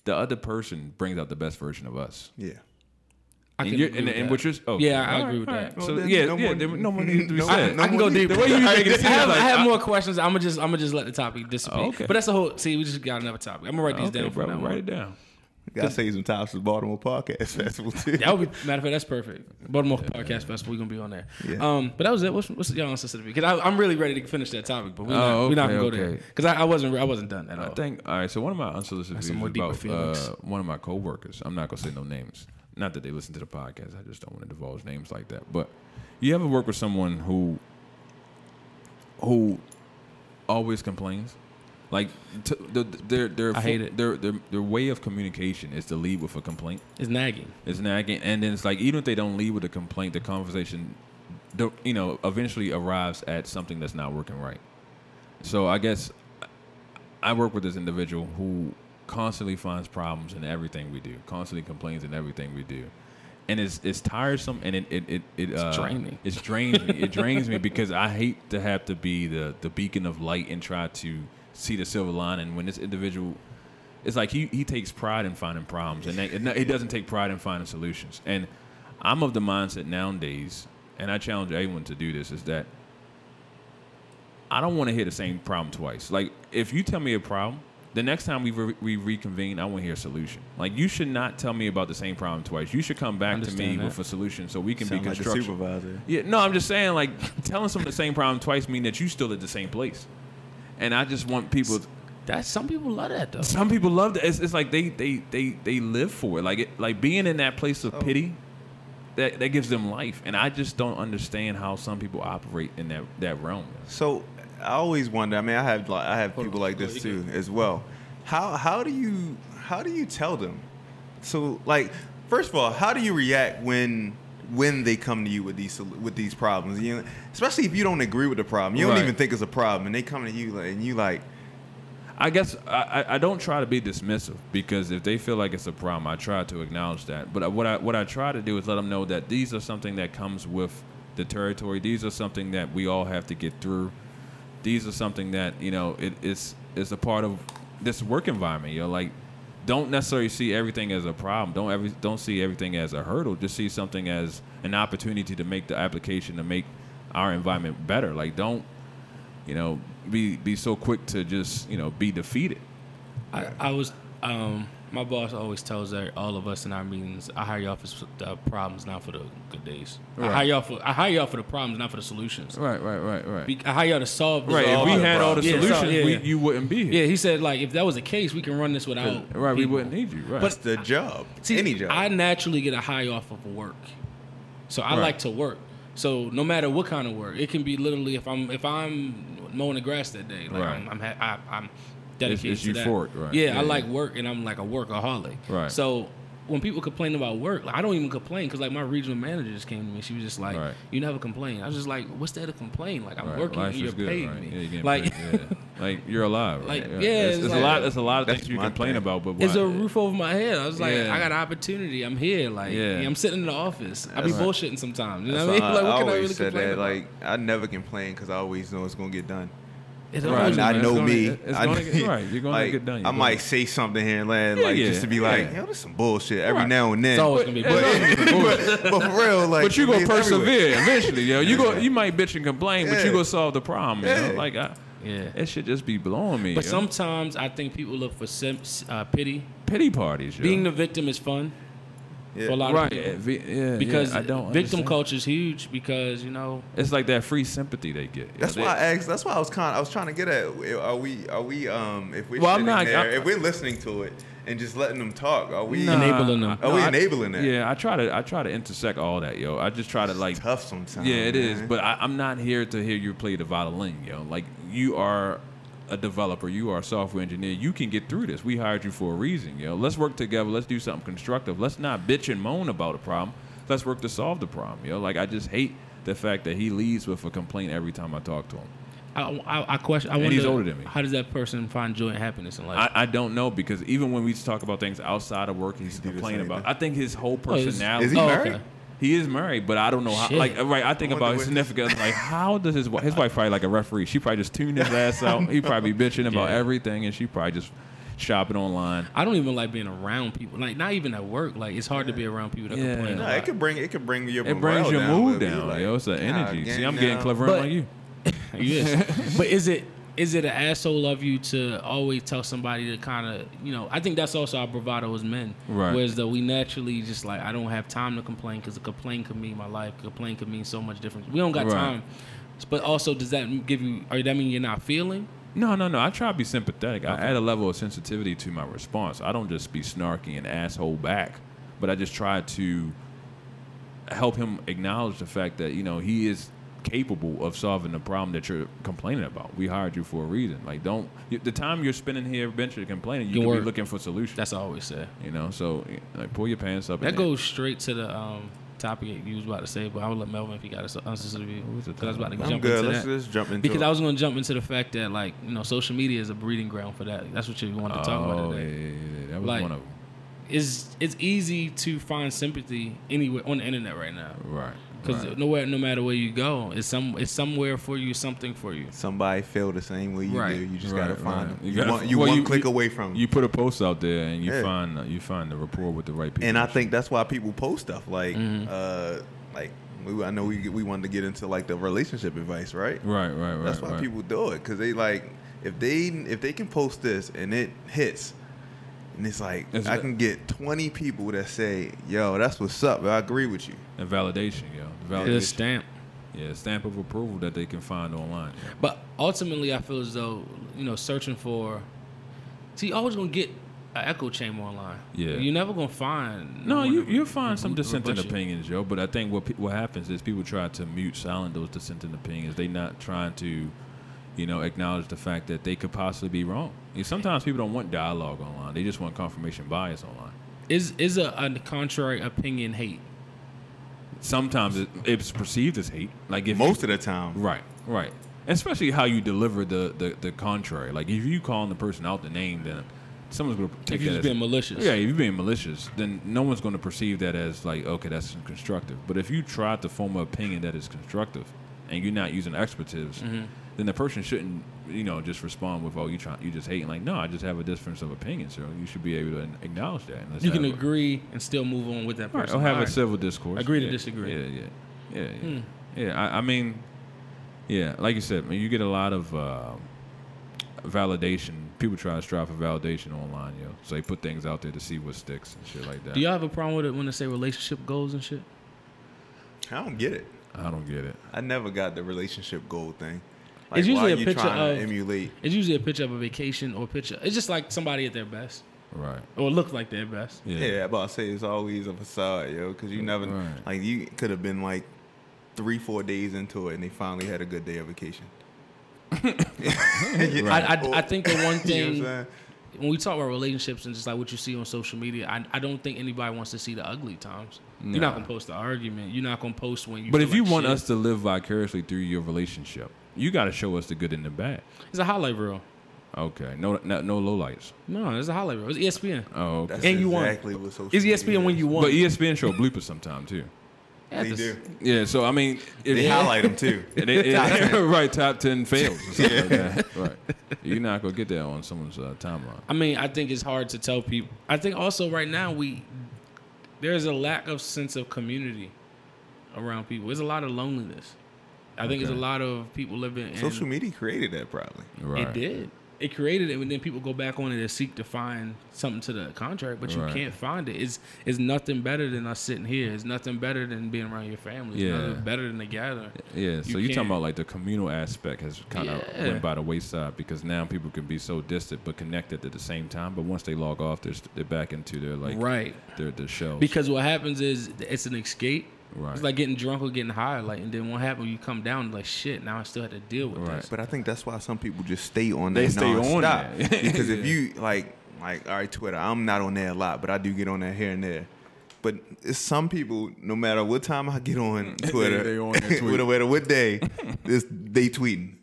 the other person brings out the best version of us. Yeah. I And can you're agree and, with and that. what you're oh, Yeah, I all agree with all that. right. So Well, then yeah, no yeah, more- there, no more needs to be no- said. no I can more go need- deeper. The way you make it I seem have, like- I have I- more questions. I'm gonna just I'm gonna just let the topic dissipate. Oh, okay. But that's the whole. See, we just got another topic. I'm gonna write these Okay, down. bro, For now. write it down. Gotta save some time for the Baltimore Podcast Festival too. That would be matter of fact. That's perfect. Baltimore Podcast Festival. We're gonna be on there. Yeah. Um, but that was it. What's, what's y'all answer to the Because I'm really ready to finish that topic, but we're not, Oh, we're not okay, gonna go there okay. because I, I wasn't I wasn't done at all. I think all right. So one of my unsolicited some views more is about deeper feelings. uh, one of my coworkers. I'm not gonna say no names. Not that they listen to the podcast. I just don't want to divulge names like that. But you ever work with someone who who always complains? Like t- the, their their I hate it. Their, their their way of communication is to lead with a complaint. it's nagging. It's nagging, and then it's like even if they don't leave with a complaint, the conversation, the- you know, eventually arrives at something that's not working right. So I guess I work with this individual who constantly finds problems in everything we do, constantly complains in everything we do, and it's it's tiresome and it it it, it uh, draining. It drains me. It drains me because I hate to have to be the the beacon of light and try to see the silver lining when this individual. It's like he, he takes pride in finding problems, and they, no, he doesn't take pride in finding solutions. And I'm of the mindset nowadays, and I challenge everyone to do this: is that I don't want to hear the same problem twice. Like, if you tell me a problem, the next time we, re- we reconvene, I want to hear a solution. Like, you should not tell me about the same problem twice. You should come back to me Understand that. with a solution so we can Sound be like the constructive. supervisor. yeah, no, I'm just saying, like, telling someone the same problem twice mean that you still at the same place. And I just want people. That some people love that though. Some people love that. It's, it's like they, they they they live for it. Like it, like being in that place of pity, that that gives them life. And I just don't understand how some people operate in that that realm. So I always wonder. I mean, I have like I have Hold people on, like this hold too on, as well. How how do you how do you tell them? So like first of all, how do you react when when they come to you with these sol- with these problems? You know, especially if you don't agree with the problem, you Right. don't even think it's a problem, and they come to you like, and you like, I guess I, I- I don't try to be dismissive because if they feel like it's a problem, I try to acknowledge that. But what I what I try to do is let them know that these are something that comes with the territory. These are something that we all have to get through. These are something that you know it is is a part of this work environment. You know, like don't necessarily see everything as a problem. Don't every don't see everything as a hurdle. Just see something as an opportunity to make the application to make our environment better. Like don't you know, be be so quick to just you know be defeated. I, I was um my boss always tells that all of us in our meetings, I hire y'all for s- the problems, not for the good days. I Right. hire y'all for I hire y'all for the problems, not for the solutions. Right, right, right, right. Be, I hire y'all to solve. right. If resolve we the had all the problem. Yeah, solutions, so- yeah, we, yeah. you wouldn't be Yeah, here. he said like if that was the case, we can run this without. right, we people. wouldn't need you. Right. that's the job, any job. I naturally get a high off of work, so I Right. like to work. So no matter what kind of work, it can be literally if I'm if I'm mowing the grass that day, like Right. I'm I'm, ha- I, I'm dedicated it's to that. euphoric, right. Yeah, Yeah, I yeah. like work, and I'm like a workaholic. Right. So when people complain about work, like, I don't even complain because like my regional manager just came to me. She was just like, Right. "You never complain." I was just like, "What's there to complain? Like I'm Right. working, Life and you're is good, paying right? me." Yeah, you're getting like. paid, yeah. like you're alive. Right? Like, yeah, yeah, It's, it's it's like- a lot. It's a lot of That's things you my complain thing. about. But why, It's a roof over my head. I was like, Yeah. I got an opportunity. I'm here. Like, Yeah. I'm sitting in the office. I be That's- bullshitting sometimes. You know That's what I mean? why Like, what I, I can I always really said complain that. about? Like I never complain because I always know it's gonna get done. It's Right. always- And I It's know gonna- me. it's I gonna know- get- right, you're gonna like, get done. I You're might gonna- say something here and there, Yeah, like yeah, just to be like, yeah. yo, this some bullshit every Right. now and then. It's always gonna be But- bullshit. but, but for real, like, but you I gonna mean, it's everywhere. persevere eventually, yo. You go, you might bitch and complain, but you Yeah. gonna solve the problem. You know? Yeah. Like, I, Yeah. it should just be blowing me. But yo. sometimes I think people look for sim- uh, pity. pity parties, yo. Being the victim is fun Yeah. for a lot right, of yeah, people vi- yeah, yeah, because I victim don't understand. culture is huge. Because you know, It's like that free sympathy they get. yo. That's They- why I asked. That's why I was kind. I was trying to get at. Are we? Are we? Um, if we're Well, I'm sitting not- there, I- if we're listening to it and just letting them talk, are we? Nah, Enabling them. Are Oh, we I- enabling that? Yeah, I try to I try to intersect all that, yo. I just try to like Tough sometimes. Yeah, it is. man. But I, I'm not here to hear you play the violin, yo. Like you are a developer, you are a software engineer. You can get through this. We hired you for a reason, yo. Let's work together. Let's do something constructive. Let's not bitch and moan about a problem. Let's work to solve the problem, yo. Like I just hate the fact that he leads with a complaint every time I talk to him. I, I, I question. I And wonder, he's older than me. How does that person find joy and happiness in life? I, I don't know because even when we talk about things outside of work, he's do the complaining same about. thing. I think his whole Oh, is- personality. Is he Oh, married? okay. He is married, but I don't know how. Shit. Like, uh, right? I think I wonder about where- his significance. Like, how does his wife, his wife probably like a referee? She probably just tuned his ass out. He probably bitching about Yeah. everything, and she probably just shopping online. I don't even like being around people. Like not even at work. Like it's hard to be around people that Yeah. complain. No, No, a lot. it could bring it could bring your It morale brings your down, mood but you down, like, yo. It's an nah, energy. gang, See, I'm nah. getting clever But- like you. yes. but is it is it an asshole of you to always tell somebody to kind of you know? I think that's also our bravado as men. Right. Whereas though we naturally just like I don't have time to complain because a complaint could mean my life. Complain could mean so much different. We don't got Right. time. But also, does that give you? Or that mean you're not feeling? No, no, no. I try to be sympathetic. I add a level of sensitivity to my response. I don't just be snarky and asshole back, but I just try to help him acknowledge the fact that you know he is capable of solving the problem that you're complaining about. We hired you for a reason. Like, don't you- the time you're spending here venture complaining, you Your could be work. looking for solutions. That's all I always say. you know, so like pull your pants up. That and- goes straight to the um, topic you was about to say, but I would let Melvin if he got an answer to you. was the 'cause I was about to I'm jump good. into Let's that. just jump into because it. I was going to jump into the fact that, like, you know, social media is a breeding ground for that. That's what you wanted to talk about Oh, yeah, today. yeah, yeah, yeah. That was Like- one of them. It's, it's easy to find sympathy anywhere on the internet right now. Right. Because right. nowhere, no matter where you go, it's some, it's somewhere for you, something for you. somebody feel the same way you Right, do. You just right, gotta find right. them. You You, gotta- want, you well, one you- click you- away from 'em. You put a post out there and you Yeah. find you find the rapport with the right people. and I think that's why people post stuff like, Mm-hmm. uh, like we, I know we we wanted to get into like the relationship advice, right? right, right, right. That's why right. people do it because they like if they if they can post this and it hits, and it's like It's I the- can get twenty people that say, "Yo, that's what's up. I agree with you." and validation, yo. The It's a Validation. stamp. Yeah, stamp of approval that they can find online. yo. But ultimately, I feel as though you know, searching for. See, you're always gonna get an echo chamber online. Yeah. you're never gonna find. No, one you to re- you'll find some re- dissenting reverse it. opinions, yo. But I think what pe- what happens is people try to mute, silent those dissenting opinions. They not trying to, you know, acknowledge the fact that they could possibly be wrong. And Sometimes people don't want dialogue online; they just want confirmation bias online. Is is a, a contrary opinion hate? Sometimes it, it's perceived as hate. Like if Most of the time, Right, right. Especially how you deliver the, the, the contrary. Like if you calling the person out the name, then someone's gonna take If you're that just as- being malicious. Yeah, if you're being malicious, then no one's gonna perceive that as like okay, that's constructive. But if you try to form an opinion that is constructive, and you're not using expletives, Mm-hmm. then the person shouldn't you know just respond with oh you trying you just hating like no I just have a difference of opinion, so you should be able to acknowledge that. and let's You can have a- agree and still move on with that all right, person. I'll have All a right. civil discourse. Agree to Yeah, disagree. Hmm. Yeah, yeah, yeah, yeah. yeah I, I mean, yeah, like you said, I mean, you get a lot of uh, validation. People try to strive for validation online, yo. So they put things out there to see what sticks and shit like that. Do y'all have a problem with it when they say relationship goals and shit? I don't get it. I don't get it. I never got the relationship goal thing. It's usually why a are you picture trying to of- emulate. It's usually a picture of a vacation or a picture. It's just like somebody at their best Right. or look like their best. Yeah. Yeah, I'm about to say it's always a facade, yo, because you never Right. like you could have been like three, four days into it, and they finally had a good day of vacation. I, I, I think the one You know what thing I'm saying? when we talk about relationships and just like what you see on social media, I, I don't think anybody wants to see the ugly times. You're not Nah. gonna post the argument. You're not gonna post when you. But feel if you like want shit. us to live vicariously through your relationship, you got to show us the good and the bad. it's a highlight reel. Okay. No, no, no lowlights. No, it's a highlight reel. It's E ESPN. Oh, okay. That's And you E won. exactly what social It's ESPN when you want. But E ESPN show bloopers sometime too. Yeah, They this- do. Yeah. So I mean, if They highlight them too. They- yeah, right, top ten fails or something like that. Right. You're not gonna get that on someone's uh, timeline. I mean, I think it's hard to tell people. I think also right now we there's a lack of sense of community around people. There's a lot of loneliness. I think there's a Okay. lot of people living in Social media created that probably. Right. It did. It created it, and then people go back on it and seek to find something to the contract, but you Right. can't find it. It's it's nothing better than us sitting here. It's nothing better than being around your family. It's Yeah. nothing better than the gathering. Yeah. So You you are talking can't- about like the communal aspect has kind of Yeah. went by the wayside because now people can be so distant but connected at the same time. But once they log off, they're, st- they're back into their like right. their their shells. Because what happens is it's an escape. Oh, Right. It's like getting drunk or getting high. Like and then what happens? You come down like shit. Now I still had to deal with Right. this. But I think that's why some people just stay on They there. stay on nonstop. there. because if you like, like, all right, Twitter, I'm not on there a lot, but I do get on there here and there. But it's some people, no matter what time I get on Twitter, they on their tweet. no matter what day, it's, they tweeting.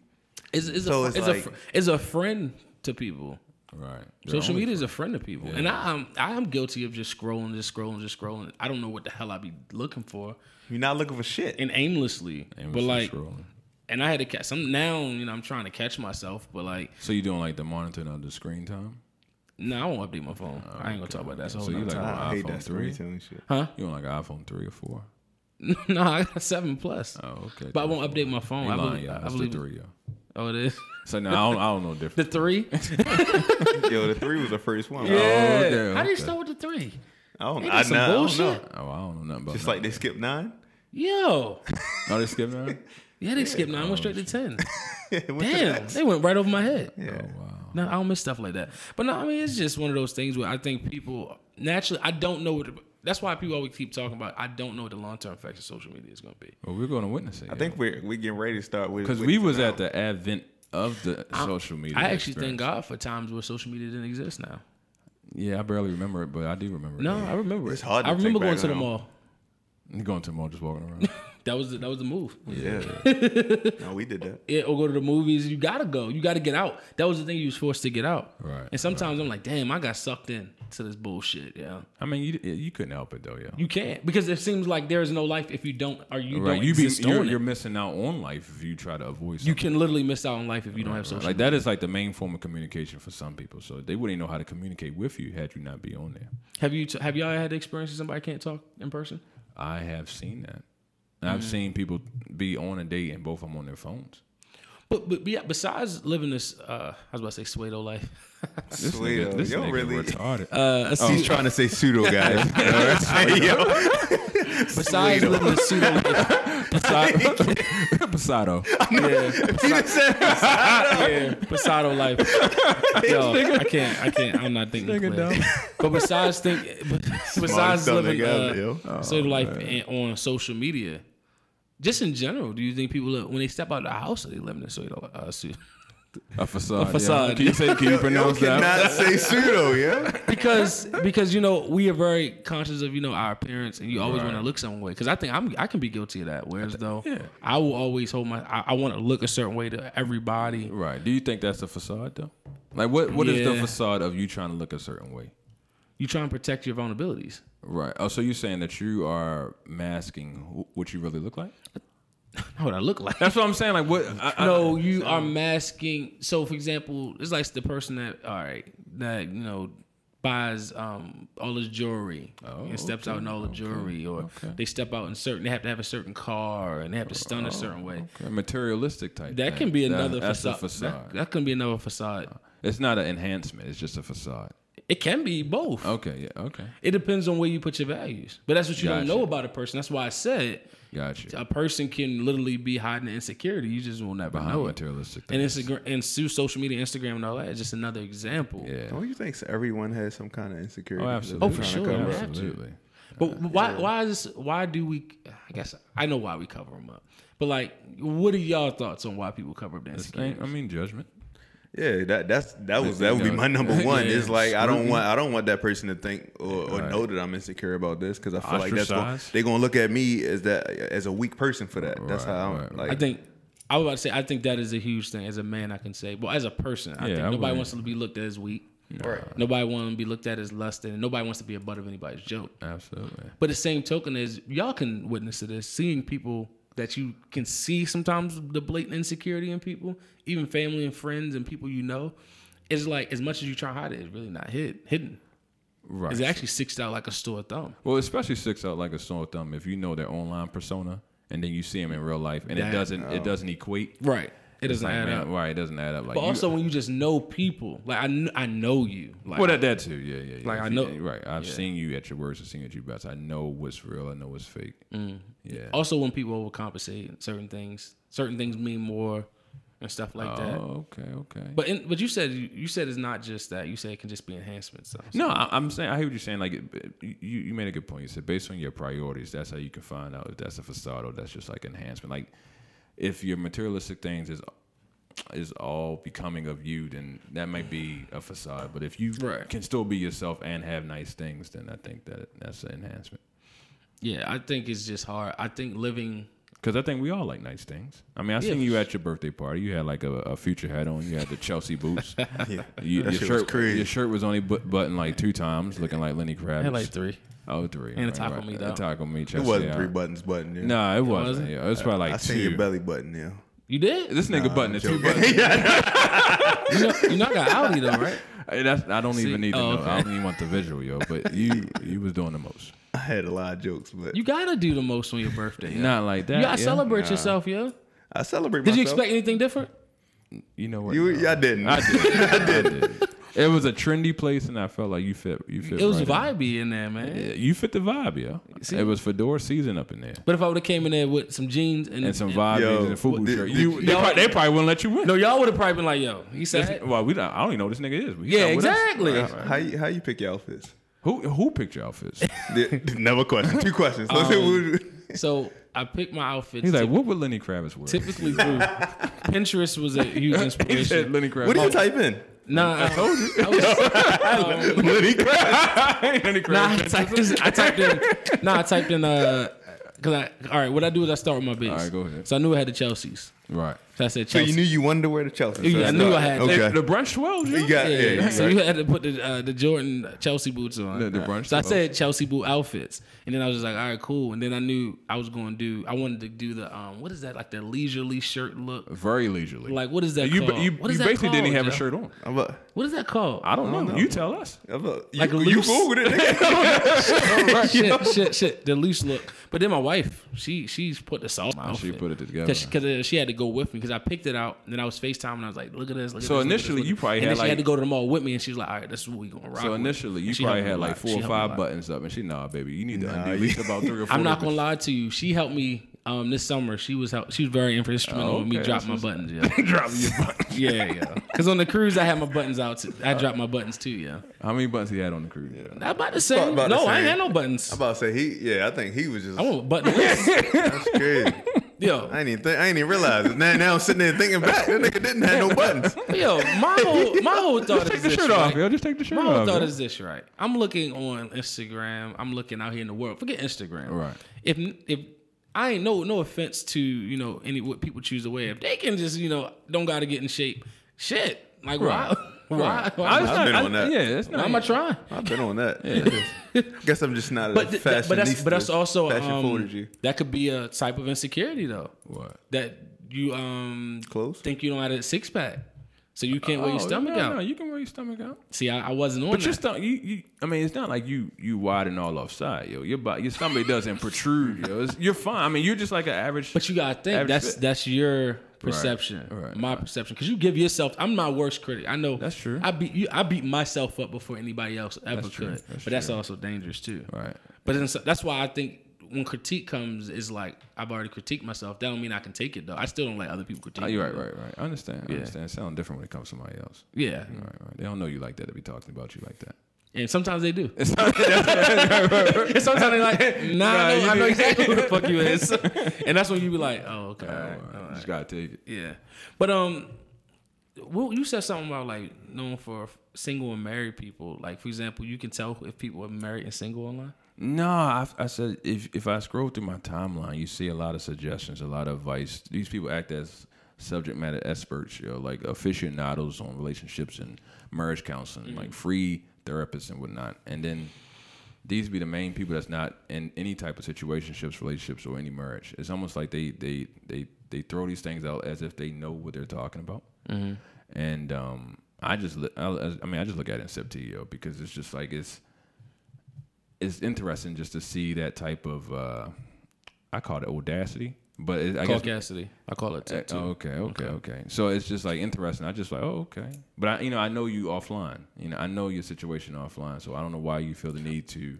It's, it's, So a, it's it's, like- a, fr- it's a friend to people. Right. Social media is a friend to people, and I am I am guilty of just scrolling, just scrolling, just scrolling. I don't know what the hell I be looking for, You're not looking for shit. and aimlessly. but like, scrolling. and I had to catch some. Now you know I'm trying to catch myself, but like, So you doing like the monitoring of the screen time? no, I won't update my phone. I ain't gonna talk about that. So, Oh, So you like time. on I hate iPhone that three? storytelling shit. You on like an iPhone three or four? no, I got seven plus. Oh, okay. But I won't update my phone. You I lying, believe. y'all. I It's the believe three, yo. Oh, it is So now I don't, I don't know the the difference. three. Yo, the three was the first one. Oh, okay, How do you okay. start with the three? I don't, They I, did I, some nah, I don't know. bullshit. Oh, I don't know nothing about. Just that. like they skipped nine. Yo, oh, they skip now. yeah, they skipped nine, went straight to ten. It went to that. Damn, they went right over my head. Yeah. Oh, No, I don't miss stuff like that. But no, I mean it's just one of those things where I think people naturally I don't know what. The, that's why people always keep talking about I don't know what the long term effects of social media is going to be. Well, we're going to witness it. I think we're we getting ready to start with because with we it was now. at the advent of the social media. I actually experience. thank God for times where social media didn't exist. Now, Yeah, I barely remember it, but I do remember. no, it. I remember It's it. hard to I remember take going back to the now. mall. You going to the mall, just walking around. That was the, that was the move. Yeah. no, we did that. Yeah, or go to the movies. You gotta go. You gotta get out. That was the thing you was forced to get out. Right, And sometimes I'm like, damn, I got sucked in to this bullshit. Yeah. I mean, you you couldn't help it though, yo. You can't because it seems like there is no life if you don't or you right, don't you be exist on you're, it. you're missing out on life if you try to avoid. Something. You can literally miss out on life if you don't have social. like that is like the main form of communication for some people. So they wouldn't know how to communicate with you had you not be on there. Have you t- have y'all had experiences somebody can't talk in person? I have seen that. And Mm. I've seen people be on a date and both of them on their phones. But but yeah, besides living this, uh, I was about to say Suedo life. This Sweet, nigga, this yo, nigga really- retarded. Uh, Oh. a He's pseudo- trying to say pseudo guys. Yo, besides living this pseudo life, Posado. Posado. he just said- yeah, Posado life. Yo, I can't, I can't. I'm not thinking Nigga clear. dumb. But besides think, but besides dumb living nigga uh, ever, yo. pseudo life and, on social media, just in general, do you think people live, when they step out of the house, are they living in pseudo uh, pseudo? A facade. A facade. Can you say? Can you yo pronounce that? cannot say pseudo, yeah. because because you know we are very conscious of you know our appearance and you always want to look some way because I think I'm I can be guilty of that whereas though I will always hold my I, I want to look a certain way to everybody Right. Do you think that's a facade though? Like, what what is the Yeah. facade of you trying to look a certain way? you try and protect your vulnerabilities Right. Oh, so you're saying that you are masking wh- what you really look like? not what I look like That's what I'm saying. Like, what? I, I, no you are masking so for example it's like the person that all right that you know buys um all his jewelry Oh, and steps out in all the jewelry or they step out in certain they have to have a certain car and they have to stun a certain way a materialistic type. That thing. can be Oh, That- another that's facade. a facade. That, that can be another facade. it's not an enhancement. It's just a facade. It can be both. Okay. Yeah. Okay. It depends on where you put your values. But that's what you don't Gotcha. know about a person. That's why I said Gotcha. a person can literally be hiding insecurity. You just will never Behind know it. materialistic And things. Instagram and through social media, Instagram and all that is just another example. Yeah. Don't you think everyone has some kind of insecurity? Oh, that absolutely. Oh, for they're trying sure. to cover up? Yeah. Absolutely. But Uh, why why is this, why do we I guess I know why we cover them up. But like what are y'all thoughts on why people cover up their Ain't- insecurity? I mean, judgment. Yeah, that that's that was that would be my number one. It's like I don't want I don't want that person to think or, or know that I'm insecure about this because I feel like that's going, Ostracized. they're gonna look at me as that as a weak person for that. That's Right, how I'm right, right. like. I think I was about to say I think that is a huge thing as a man I can say. Well, as a person, I Yeah, think I nobody would. wants to be looked at as weak. Right. Nobody wants to be looked at as less than. Nobody wants to be a butt of anybody's joke. Absolutely. But the same token is y'all can witness to this, seeing people that you can see sometimes the blatant insecurity in people, even family and friends and people you know. It's like as much as you try to hide it, it's really not hid, hidden. Right. It actually sticks out like a sore thumb. Well, especially sticks out like a sore thumb if you know their online persona and then you see them in real life and That- it doesn't it doesn't equate. Right. It doesn't Like, add man, up. Right. It doesn't add up. Like But you- also when you just know people, like I, kn- I know you. Like, Well, that, that too, yeah, yeah. yeah. Like, If I you- know- right? I've seen you at your worst, I've seen you at your best. I know what's real, I know what's fake. Mm. Yeah. also when people overcompensate certain things certain things mean more and stuff like that Oh, okay, okay. but in, but you said you said it's not just that you said it can just be enhancements so. no, I, I'm saying I hear what you're saying. Like, it, it- you you made a good point. You said based on your priorities, that's how you can find out if that's a facade or that's just like enhancement. Like, if your materialistic things is is all becoming of you, then that might be a facade. But if you Right. can still be yourself and have nice things, then I think that that's an enhancement. yeah i think it's just hard i think living Because I think we all like nice things. I mean, Yeah, I seen for you sure. at your birthday party. You had like a, a future hat on. You had the Chelsea boots. Yeah, You, your that shit shirt was crazy. Your shirt was only but- buttoned like two times, looking like Lenny Kravitz. I had like three. Oh, three. And a taco meat, A though. taco meat. it Chelsea, wasn't yeah. three buttons button. Yeah. No, it wasn't. wasn't? Yeah, it was probably like I two. seen your belly button. Yeah, You did? This nigga button the two joking. buttons. You know, you know I got Audi though, right? Hey, that's, I don't See? even need to Oh, know. I don't even want the visual, yo. But you, you was doing the most. I had a lot of jokes, but You gotta do the most on your birthday. Yeah. Not like that. you gotta yeah. celebrate Nah. yourself, yeah. I celebrate. Did you myself. expect anything different? You know what? You, no. I didn't. I did. I did. It was a trendy place, and I felt like you fit. You fit. It was right vibey in there, man. in. Yeah, you fit the vibe, yo. See? It was fedora season up in there, But if I would have came in there with some jeans and, and some vibe Yo, and a football did- shirt. did You, you- they, probably, they probably wouldn't let you win. no, y'all would have probably been like, "Yo, he This- said." well, we don't, I don't even know what this nigga is. but he's Yeah, not with us. exactly. All right. How you, how you pick your outfits? Who who picked your outfits? Yeah, Never question. Two questions. Um, Let's see what- So I picked my outfits. He's like, typ- what would Lenny Kravitz wear? typically through. Pinterest was a huge He said inspiration. Lenny what Kravitz. do you type in? nah, I told you. I was, um, Lenny Kravitz. Lenny nah, I Kravitz. typed, I typed in. Nah, I typed in. Uh, cause I all right. What I do is I start with my base. All right, go ahead. So I knew I had the Chelsea's. Right. So I said So Chelsea. you knew you wanted to wear the Chelsea. Yeah, so I it's knew not- I had- Okay. Hey, the brush swell, yo. you got yeah. yeah, yeah, so right. you had to put the uh, the Jordan Chelsea boots on. The- the brunch so I clothes. said Chelsea boot outfits, and then I was just like, all right, cool. And then I knew I was going to do. I wanted to do the um, what is that like the leisurely shirt look? Very leisurely. Like what is that? you, called? you, What is you that basically didn't called, have a Joe? shirt on. I'm a, What is that called? I don't, know. You tell us. I'm a, you, Like a you loose- googled it. nigga. shit, shit, shit. The loose look. But then my wife, she she's put the sauce. Wow, she put it together. because uh, she, had to go with me because I picked it out. And then I was Facetime and I was like, look at this. Look at So this, look at this, initially, look at you this. probably and had then she had like- to go to the mall with me, and she's like, all right, this is what we gonna rock. So with." initially, you And she probably helped me had a like lot. four She or helped me a five lot. buttons up, and she nah, baby, you need to Nah, undo at you- least about three or four. I'm not of gonna them. lie to you. She helped me um, this summer. She was help, she was very instrumental Oh, with me okay. dropping my That's buttons. Yeah, Drop your buttons. yeah, yeah. Because on the cruise, I had my buttons out. Too. I dropped my buttons too. Yeah, How many buttons he had on the crew? Not about the same. about the no, I ain't had same. no buttons. I'm about to say he. Yeah, I think he was just. I want buttonless. That's crazy. Yo, I ain't even. Think, I ain't even realize it. Now, now I'm sitting there thinking back. That nigga didn't have no buttons. Yo, my whole my whole thought Take is the this, shirt right? off, yo. Just take the shirt My whole off. thought yo. is this, right? I'm looking on Instagram. I'm looking out here in the world. Forget Instagram, Right. If if I ain't no no offense to you know any what people choose to wear. If they can just you know don't got to get in shape, shit. Like Right. why Right. why, I why, was I've not- been I- on that. Yeah, that's not. why am I trying? I've been on that. Guess I'm just not a But th- fashionista. but that's but that's also fashion um, forward you. that could be a type of insecurity though What? that you um Close? think you don't have a six pack, so you can't wear your Oh, stomach no, out. No, you can wear your stomach out. See, I, I wasn't on But that. your stomach, you, you, I mean, it's not like you you wide and all offside, yo. Your body, your stomach doesn't protrude, yo. It's, you're fine. I mean, you're just like an average. But you gotta think Average that's fit. that's your perception, right, my perception. Because you give yourself. I'm my worst critic. I know That's true. I beat you. I beat myself up before anybody else ever could. true, that's but that's true. also dangerous too. Right. But then, so- that's why I think when critique comes, is like I've already critiqued myself. That don't mean I can take it though. I still don't let other people critique. Oh, you're right, me. right, right. I understand. I understand. It sounds different when it comes to somebody else. Yeah. Right, right. They don't know you like that to be talking about you like that. And sometimes they do. and sometimes they're like, Nah, I know- you I know did. exactly who the fuck you is. and that's when you be like, Oh, okay. all right, All right, all You right. just gotta take it. Yeah, but um, well, you said something about like known for single and married people. Like for example, you can tell if people are married and single online. No, I, I said if if I scroll through my timeline, you see a lot of suggestions, a lot of advice. These people act as subject matter experts, you know, like aficionados on relationships and marriage counseling, like free therapists and whatnot. And then these be the main people that's not in any type of situationships, relationships, or any marriage. It's almost like they they they they throw these things out as if they know what they're talking about. And um, I just li- I, I mean I just look at it in septio because it's just like it's it's interesting just to see that type of uh, I call it audacity, but it, I guess Caucasity, I call it. uh, Too. oh. Okay, okay, okay, So it's just like interesting. I just like, oh, okay. But I, you know, I know you offline. You know, I know your situation offline. So I don't know why you feel the need to,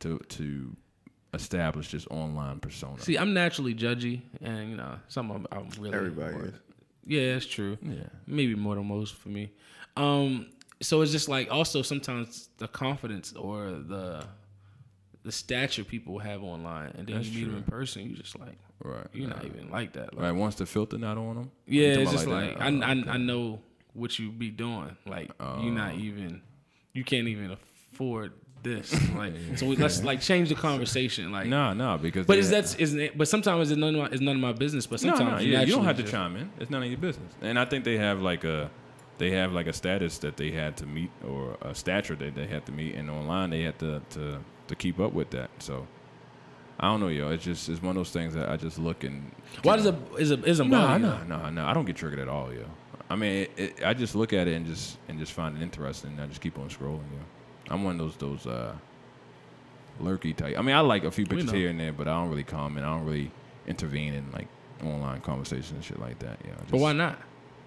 to, to establish this online persona. See, I'm naturally judgy, and you know, some I'm, I'm really Everybody is. Yeah, it's true. yeah, maybe more than most for me. Um, so it's just like also sometimes the confidence or the the stature people have online, and then That's you meet them true. in person, you just like right. you're not right. even like that. Like, Right, once the filter not on them. Yeah, it's just like, uh, I, Oh, I, I Oh. know what you be doing. Like you're not even, you can't even afford this. Like, so we, let's like change the conversation. Like, No, no, because but they- is that isn't it? But sometimes it's none of my, it's none of my business. But no, sometimes no, yeah, you don't naturally have to just- chime in. It's none of your business. And I think they have like a they have like a status that they had to meet or a stature that they had to meet, and online they had to to, to keep up with that. So I don't know, yo. It's just it's one of those things that I just look and Why does a is a is a no, body? no, no, no. I don't get triggered at all, yo. I mean, it, it, I just look at it and just and just find it interesting. and I just keep on scrolling, yo. I'm one of those those uh, lurky type. I mean, I like a few pictures know. here and there, but I don't really comment. I don't really intervene in like online conversations and shit like that. Yeah, But why not?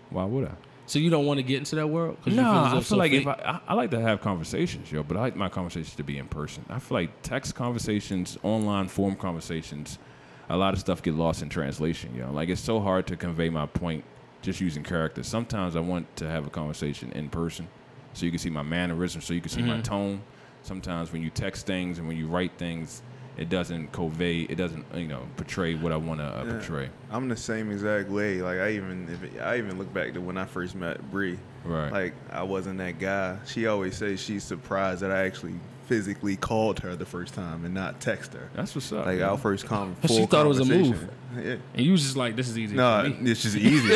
Why would I? So you don't want to get into that world? 'Cause you as No, I though feel it's so like if fake? I, I, I like to have conversations, yo, but I like my conversations to be in person. I feel like text conversations, online form conversations, a lot of stuff get lost in translation, yo. Like it's so hard to convey my point just using characters. Sometimes I want to have a conversation in person, so you can see my mannerism, so you can see Mm-hmm. my tone. Sometimes when you text things and when you write things, it doesn't convey, it doesn't you know portray what I want to uh, Yeah. portray. I'm the same exact way. Like I even if it, I even look back to when I first met Bree. Right. Like I wasn't that guy. She always says she's surprised that I actually physically called her the first time and not text her. That's what's up. Like yo. our first com- She full thought it was a move. conversation. Yeah. and you was just like, this is easy. No, for me. it's just easy.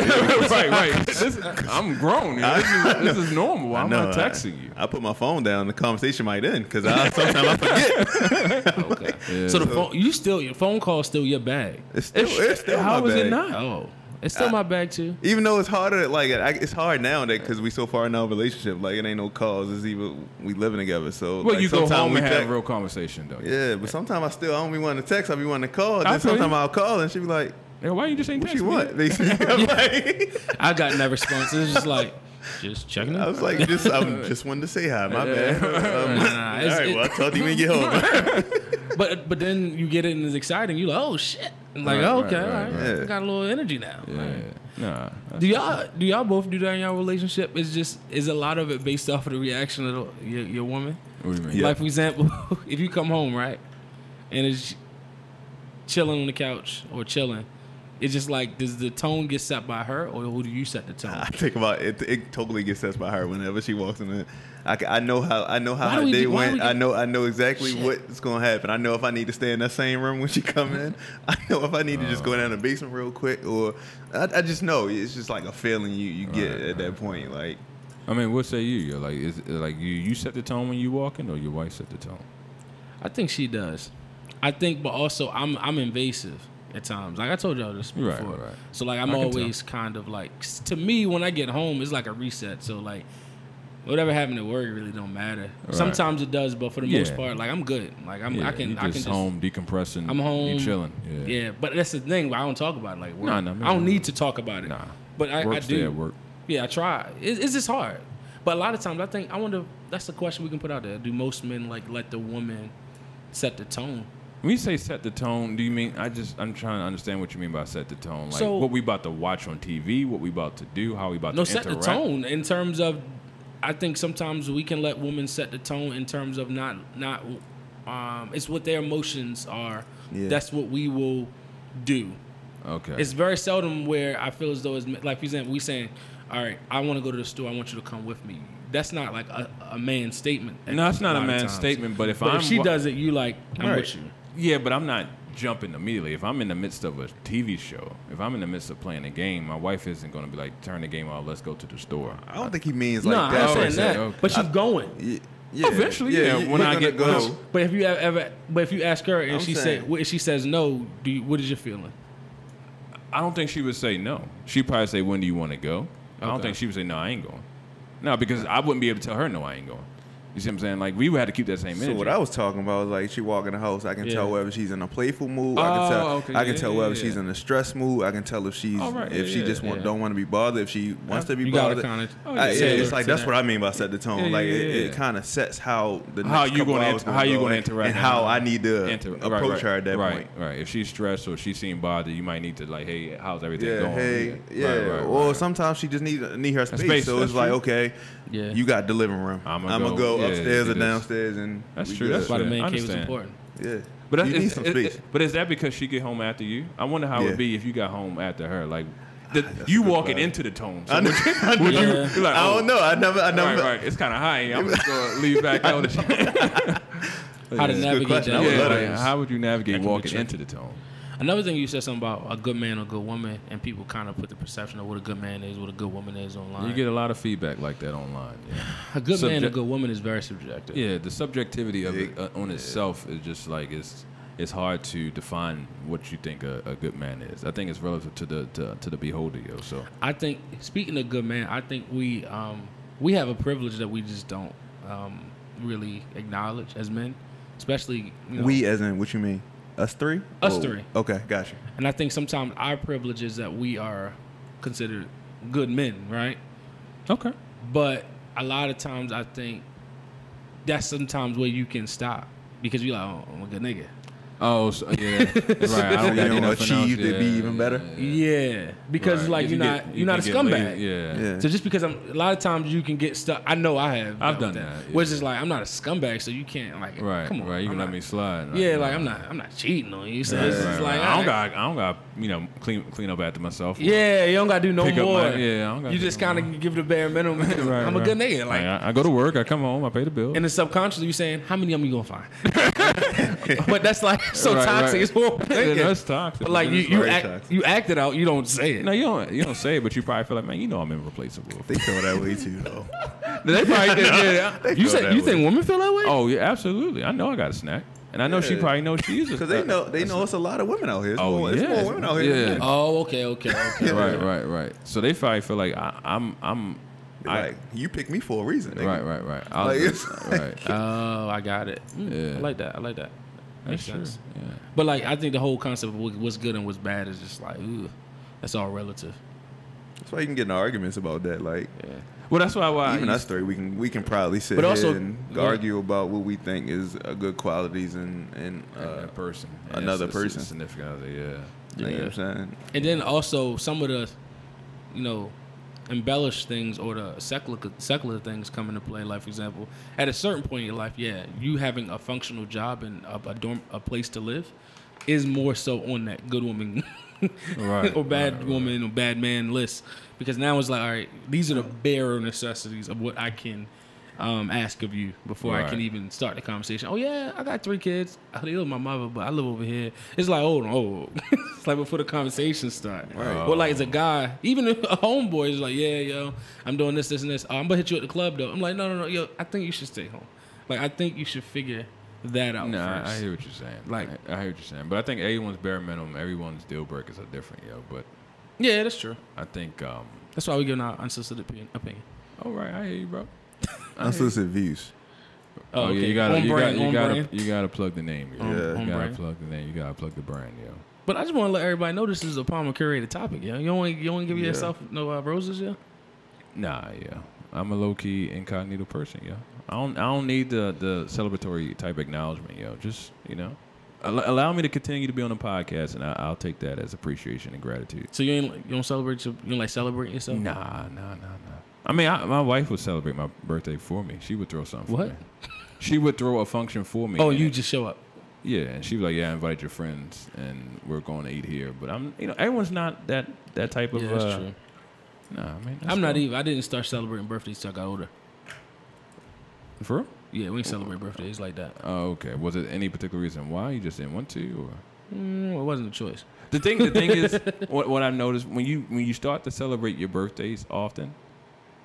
right, right. This- I'm grown. yo. This is, this is normal. Why am No, I texting you? I put my phone down. The conversation might end because I sometimes I forget. okay. So the phone, you still your phone call's still your bag. It's still, it's still How my is it bag. not? Oh, it's still my bag too. Even though it's harder, like I, it's hard now that because we so far in our relationship, like it ain't no calls. It's even we living together. So Well, like, you go sometime home we and have text- a real conversation, though. Yeah. Yeah, but sometimes I still I don't be wanting to text. I be wanting to call. I Then feel you. sometimes I'll call and she be like, Why you just ain't "What text you me? want?" Basically, I'm like, I got no response. It's just like, just checking. It. I was like, "Just I'm just wanted to say hi. My bad." Um, nah, all it's- right, it- well I told you when you get home. But but then you get it and it's exciting. You like, oh shit. And like, Right, oh, right, okay, right, all right. right. I got a little energy now. Yeah. Nah. Do y'all do y'all both do that in y'all relationship? Is just is a lot of it based off of the reaction of the, your, your woman? What do you mean? Like for example, if you come home right, and it's chilling on the couch or chilling, it's just like does the tone get set by her or who do you set the tone? I think about it. It totally gets us by her whenever she walks in. The, I, ca- I know how I know how Why do her we day do- why do went. we do- I know I know exactly Shit. what's gonna happen. I know if I need to stay in that same room when she come in. I know if I need to just go Oh. down the basement real quick, or I, I just know it's just like a feeling you you get Right, at that point. Like I mean, what say you? You're like, is like you you set the tone when you walk in, or your wife set the tone? I think she does. I think, but also I'm I'm invasive at times. Like I told y'all this before. Right, right. So like I'm I can always kind of like s- to me when I get home it's like a reset. So like whatever happened at work really don't matter. Right. Sometimes it does, but for the most Yeah. part, like I'm good. Like I'm Yeah, I can you I can just home decompressing. I'm home. You chilling? Yeah. Yeah, but that's the thing. I don't talk about it. Like, work. Nah, nah, me I don't neither. need to talk about it. Nah. but I, work I stay do. at work. Yeah, I try. It, it's just hard. But a lot of times, I think I wonder. That's the question we can put out there. Do most men like let the woman set the tone? When you say set the tone, do you mean I just I'm trying to understand what you mean by set the tone? Like So- what we about to watch on TV, what we about to do, how we about No, to set the interact. tone in terms of. I think sometimes we can let women set the tone in terms of not not. Um, it's what their emotions are. Yeah. That's what we will do. Okay. It's very seldom where I feel as though it's like for example we saying, all right, I want to go to the store. I want you to come with me. That's not like a, a man statement. no, it's not lot a of man's times. statement, but if But I'm if she wa- does it, you like I'm Right. with you. Yeah, but I'm not jumping immediately. If I'm in the midst of a TV show, if I'm in the midst of playing a game, my wife isn't going to be like, "Turn the game off. Let's go to the store." I don't think he means like no, that. I'm not Oh, I saying see. that. Okay. But you're going. Y- yeah, Eventually, yeah, you- when you're I gonna get- when I- But if you have ever, but if you ask her and I'm she saying- said, if she says no, do you, what is your feeling? I don't think she would say no. She'd probably say, "When do you want to go?" I don't Okay. think she would say, "No, I ain't going." No, because I wouldn't be able to tell her, "No, I ain't going." You see what I'm saying? Like we would have to keep that same So energy. what I was talking about was like she walk in the house. I can Yeah. tell whether she's in a playful mood. I Oh, can tell. okay, I can yeah, tell yeah, whether yeah. she's in a stress mood. I can tell if she's Oh, right, if yeah, she yeah, just want, yeah. don't want to be bothered. If she wants to be You gotta bothered. kind of. Oh, I- yeah, yeah, tailor it's like to that's that. what I mean by set the tone. Yeah, yeah, like yeah, it, yeah. it kind of sets how the next How you couple gonna hours int- how you go gonna and- interact and and how how- I need to Enter- right, uh, approach right, her at that right, point. Right. If she's stressed or she seemed bothered, you might need to like, "Hey, how's everything Yeah, going?" hey, yeah. Right, right, or right. sometimes she just need need her space. space, so that's it's like, true. okay, Yeah. you got the living room. I'ma I'ma go- go, yeah, upstairs do or this. downstairs, and That's we true, good. that's Why the Yeah, I man cave is understand. important. Yeah, But you that's- need is- some is- space. but is that because she get home after you? I wonder how it Yeah. would be if you got home after her. Like, the, you walking into the tones. So would you- I would you- Yeah. you're like, oh, don't know. I never. I All right, never. right. It's kind of high. I'm just gonna leave back out. yeah, How to That's a good navigate question. that? I would Yeah. love like, letters. how would you navigate can be walking tricky. into the tone? Another thing you said something about a good man or good woman, and people kind of put the perception of what a good man is, what a good woman is online. You get a lot of feedback like that online. Yeah, a good man, and a subject- good woman is very subjective. yeah the subjectivity of it uh, on itself is just like it's it's hard to define what you think a, a good man is. I think it's relative to the to, to the beholder, yo. So I think speaking of good man, I think we um, we have a privilege that we just don't um, really acknowledge as men, especially you know, We as in what you mean? Us three? Us Oh, three. Okay, gotcha. And I think sometimes our privilege is that we are considered good men, right? okay, But a lot of times I think that's sometimes where you can stop because you're like, oh, I'm a good nigga. Oh, so, yeah. right. I So don't you gotta do don't nothing else. achieve to Yeah, be even yeah, better? Yeah, yeah. because Right. like If you're you not get- you're not a if you get scumbag. lazy- Yeah. Yeah. So just because I'm, a lot of times you can get stuck. I know I have. I've dealt with done that, Where it's yeah. just like I'm not a scumbag, so you can't like. Right. Come on. right. You I'm can let not- me slide. Yeah, nah. like I'm not. I'm not cheating on you. So Right, it's right, just right. like I don't alright. got. I don't got. You know, clean clean up after myself. Yeah, you don't gotta do no Pick up more. my- yeah, I don't gotta you do just no kind of give the bare minimum. because Right, I'm a right. good nigga. Like, Like, I, I go to work. I come home. I pay the bill. and the subconscious, you're saying, how many of them you gonna find? but that's like so Right, toxic. right. It's horrible Yeah, thinking. that's toxic. but like It you, is you very act, toxic. you act it out. You don't say it. No, you don't. You don't say it, but you probably feel like, man, you know, I'm irreplaceable. They feel that way too, though. they probably did. Yeah. yeah. you feel said that you way. think women feel that way? Oh yeah, absolutely. I know I got a snack, and I know she Yeah. probably knows she's a Because they know they know it's a lot of women out here. It's Oh, more, it's yeah. more women out here. Yeah. Than men. Oh, okay, okay, okay. Right, right, right. So they probably feel like I, I'm, I'm, I, Like you picked me for a reason. Nigga. right, right, right. I Like, was- it's right. Oh, I got it. Mm, Yeah. I like that. I like that. Makes That's true. sense. Yeah. But like, I think the whole concept of what- what's good and what's bad is just like, ooh, that's all relative. That's why you can get in arguments about that. Like Yeah. Well, that's why. why I even used- us three, we can we can probably sit But here also- and yeah. argue about what we think is uh, good qualities and and, and uh, that person, And another it's- it's- it's person. significant other. Yeah. you Yeah. know what I'm saying. And then also some of the, you know, embellished things or the secular secular things come into play. Like for example, at a certain point in your life, yeah, you having a functional job and a, a dorm, a place to live, is more so on that good woman, Right, or bad right, right. woman or bad man list. Because now it's like, all right, these are the bare necessities of what I can. Um, ask of you before I Right. can even start the conversation. Oh yeah, I got three kids. I live with my mother, but I live over here. It's like, oh no, it's like before the conversation start. Right. Well, like as a guy, even if a homeboy is like, yeah, yo, I'm doing this, this, and this. Oh, I'm gonna hit you at the club though. I'm like, no, no, no, yo, I think you should stay home. Like, I think you should figure that out No, I, I first. hear what you're saying. Like- Like, I, I hear what you're saying. But I think everyone's bare minimum, everyone's deal breakers are different, yo. But yeah, that's true. I think, um, That's why we giving our unsolicited opinion. opinion. all right, I hear you, bro. Unsolicited views. Oh, yeah, okay. you gotta, On you brand, gotta, on you gotta, brand. you gotta plug the name. Yo. On- you Yeah. on gotta brand. plug the name. You gotta plug the brand, yo. But I just want to let everybody know this is a Palmer curated topic. Yo, you don't wanna- you don't wanna give Yeah. yourself no uh, roses, yeah. Nah, yeah. I'm a low key incognito person, yo. I don't, I don't need the the celebratory type acknowledgement, yo. Just you know, al- allow me to continue to be on the podcast, and I, I'll take that as appreciation and gratitude. So you ain't like, you don't celebrate your, you don't like celebrate yourself. Nah, nah, nah, nah. I mean, I, my wife would celebrate my birthday for me. She would throw something. What? For me. She would throw a function for me. Oh, and- you just show up. Yeah, and she'd be like, "Yeah, invite your friends, and we're going to eat here." But I'm, you know, everyone's not that that type of. Yeah, that's uh, true. Nah, man. I'm not even. I didn't start celebrating birthdays till I got older. e-, for. Real? Yeah, we ain't celebrate birthdays like that. Oh, okay. Was it any particular reason why you just didn't want to, or? Mm, it wasn't a choice. The thing, the thing is, what, what I've noticed when you when you start to celebrate your birthdays often,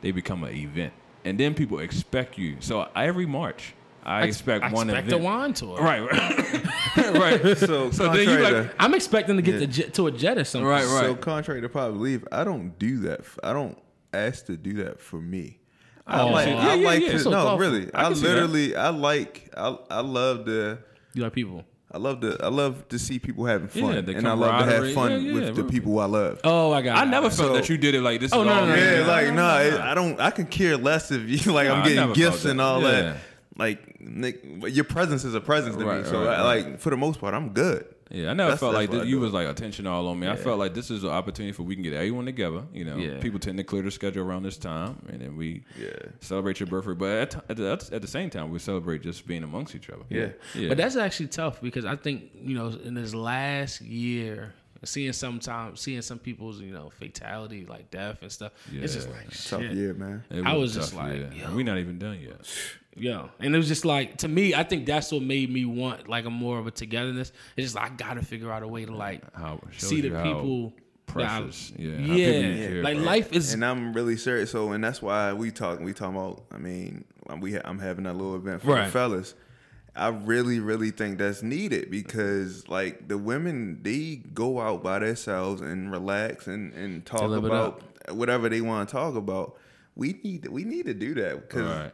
they become an event, and then people expect you. So every March, I, expect I one expect event. a wine tour. Right, right, right. So, So then contrary you to, like- I'm expecting to get the jet to a jet or something. Right, right. So contrary to probably belief, I don't do that. f- I don't ask to do that for me. I Oh. like. Yeah, I yeah, like. yeah. to- So no, thoughtful. really. I I, can see that. literally. I like. I. I love the. You like people. I love the. I love to see people having fun, Yeah, the and I love to camaraderie. have fun Yeah, yeah, with the bro. people I love. Oh, I got. I it. never felt So- that you did it like this. Oh, is no, all no, no, me. no, yeah, no, like no, I don't. I can care less if you like. Nah, I I'm never getting felt gifts that. and all Yeah. that. Like, Nick, your presence is a presence to Right, me. So, right, I, right. like for the most part, I'm good. Yeah, I never That's- felt that's like what this, I you do. was like attention all on me. I felt like this is an opportunity for we can get everyone together. You know, Yeah. people tend to clear their schedule around this time, and then we Yeah. celebrate your birthday. But at, t- at, the, at the same time, we celebrate just being amongst each other. Yeah. yeah. But that's actually tough because I think you know in this last year Seeing sometimes seeing some people's you know fatality like death and stuff. It's just Yeah. like Tough shit. year, man. It I was tough, just like, yeah. yo. we're not even done yet. Yeah, and it was just like to me, I think that's what made me want like a more of a togetherness. It's just like, I gotta figure out a way to like How it shows see the you how people. that I- precious, yeah, how yeah. people you care like about. life is. And I'm really serious. So, and that's why we talking. We talking about. I mean, we ha- I'm having a little event for Right. the fellas. I really, really think that's needed because, like, the women they go out by themselves and relax and and talk live it about whatever they want to talk about. We need we need to do that because Right.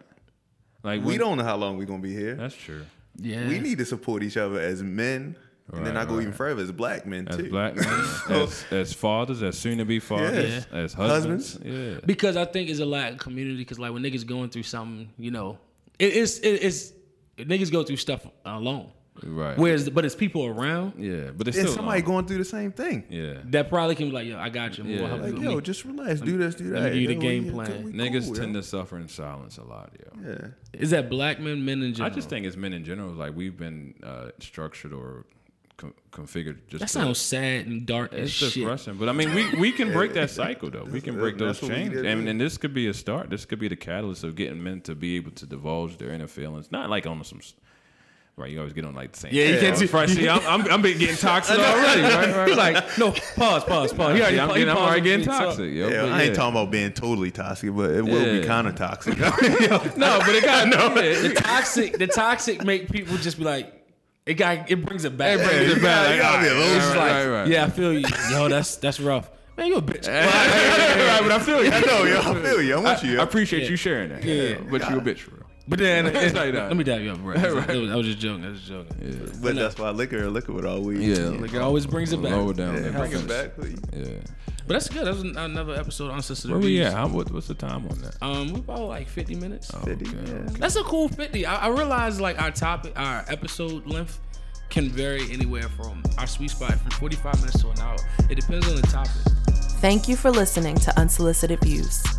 Like we when- don't know how long we're gonna be here. That's true. yeah, We need to support each other as men, and then Right, I go right. even further as black men As too. black men, as, as fathers, as soon to be fathers, as husbands, yeah. because I think it's a lack of community. Because like when niggas going through something, you know, it, it's it, it's niggas go through stuff alone. Right. Whereas, but it's people around yeah, but it's and still somebody long. going through the same thing. Yeah. that probably can be like, yo, I got you. I'm Yeah. gonna help you Like, with yo, me. just relax. Do this, do that. give you the Yo, game yeah, plan. we Niggas cool, yo. tend to suffer in silence a lot, yo. Yeah. Is that black men, men in I general? just think as men in general, like we've been uh, structured or co- configured just that to- sounds sad and dark as it's shit. depressing. But I mean, we, we can break that cycle though. We can break those That's what we chains, did, and, yeah. and this could be a start. This could be the catalyst of getting men to be able to divulge their inner feelings. Not like on some, s- right? You always get on like the same. Yeah, you can't Oh, see- Christ, see, I'm, I'm, I'm been getting toxic already. Right, right, like, no, pause, pause, pause. He Yeah, already, I'm, pa- he getting, I'm paused already me, getting so- toxic. yo, Yeah, but I ain't yeah. talking about being totally toxic, but it will Yeah. be kind of toxic. No, but it got no. The toxic, the toxic make people just be like, it got, it brings it back. It brings it back, like, gotta be a all right, little all It's right, like, right, right. yeah, I feel you. Yo, that's that's rough. Man, you a bitch. right, but I feel you. I know, yo. I feel you. I want you. I Yo. appreciate you sharing that. Yeah. but you a bitch for real. But then, It's like that. let me dab you up, bro. I was- I was just joking. I was just joking. But that's why liquor, liquor with all weed. Like it always brings it back. Lower down. Yeah, that Bring it percentage. back. please. Yeah. But that's good. That was an- another episode on Sister Where we at? Oh. How, what, what's the time on that? Um, we about like fifty minutes. Fifty, Okay, yeah. That's a cool 50. I, I realize like our topic, our episode length can vary anywhere from our sweet spot from 45 minutes to an hour. It depends on the topic. Thank you for listening to Unsolicited Views.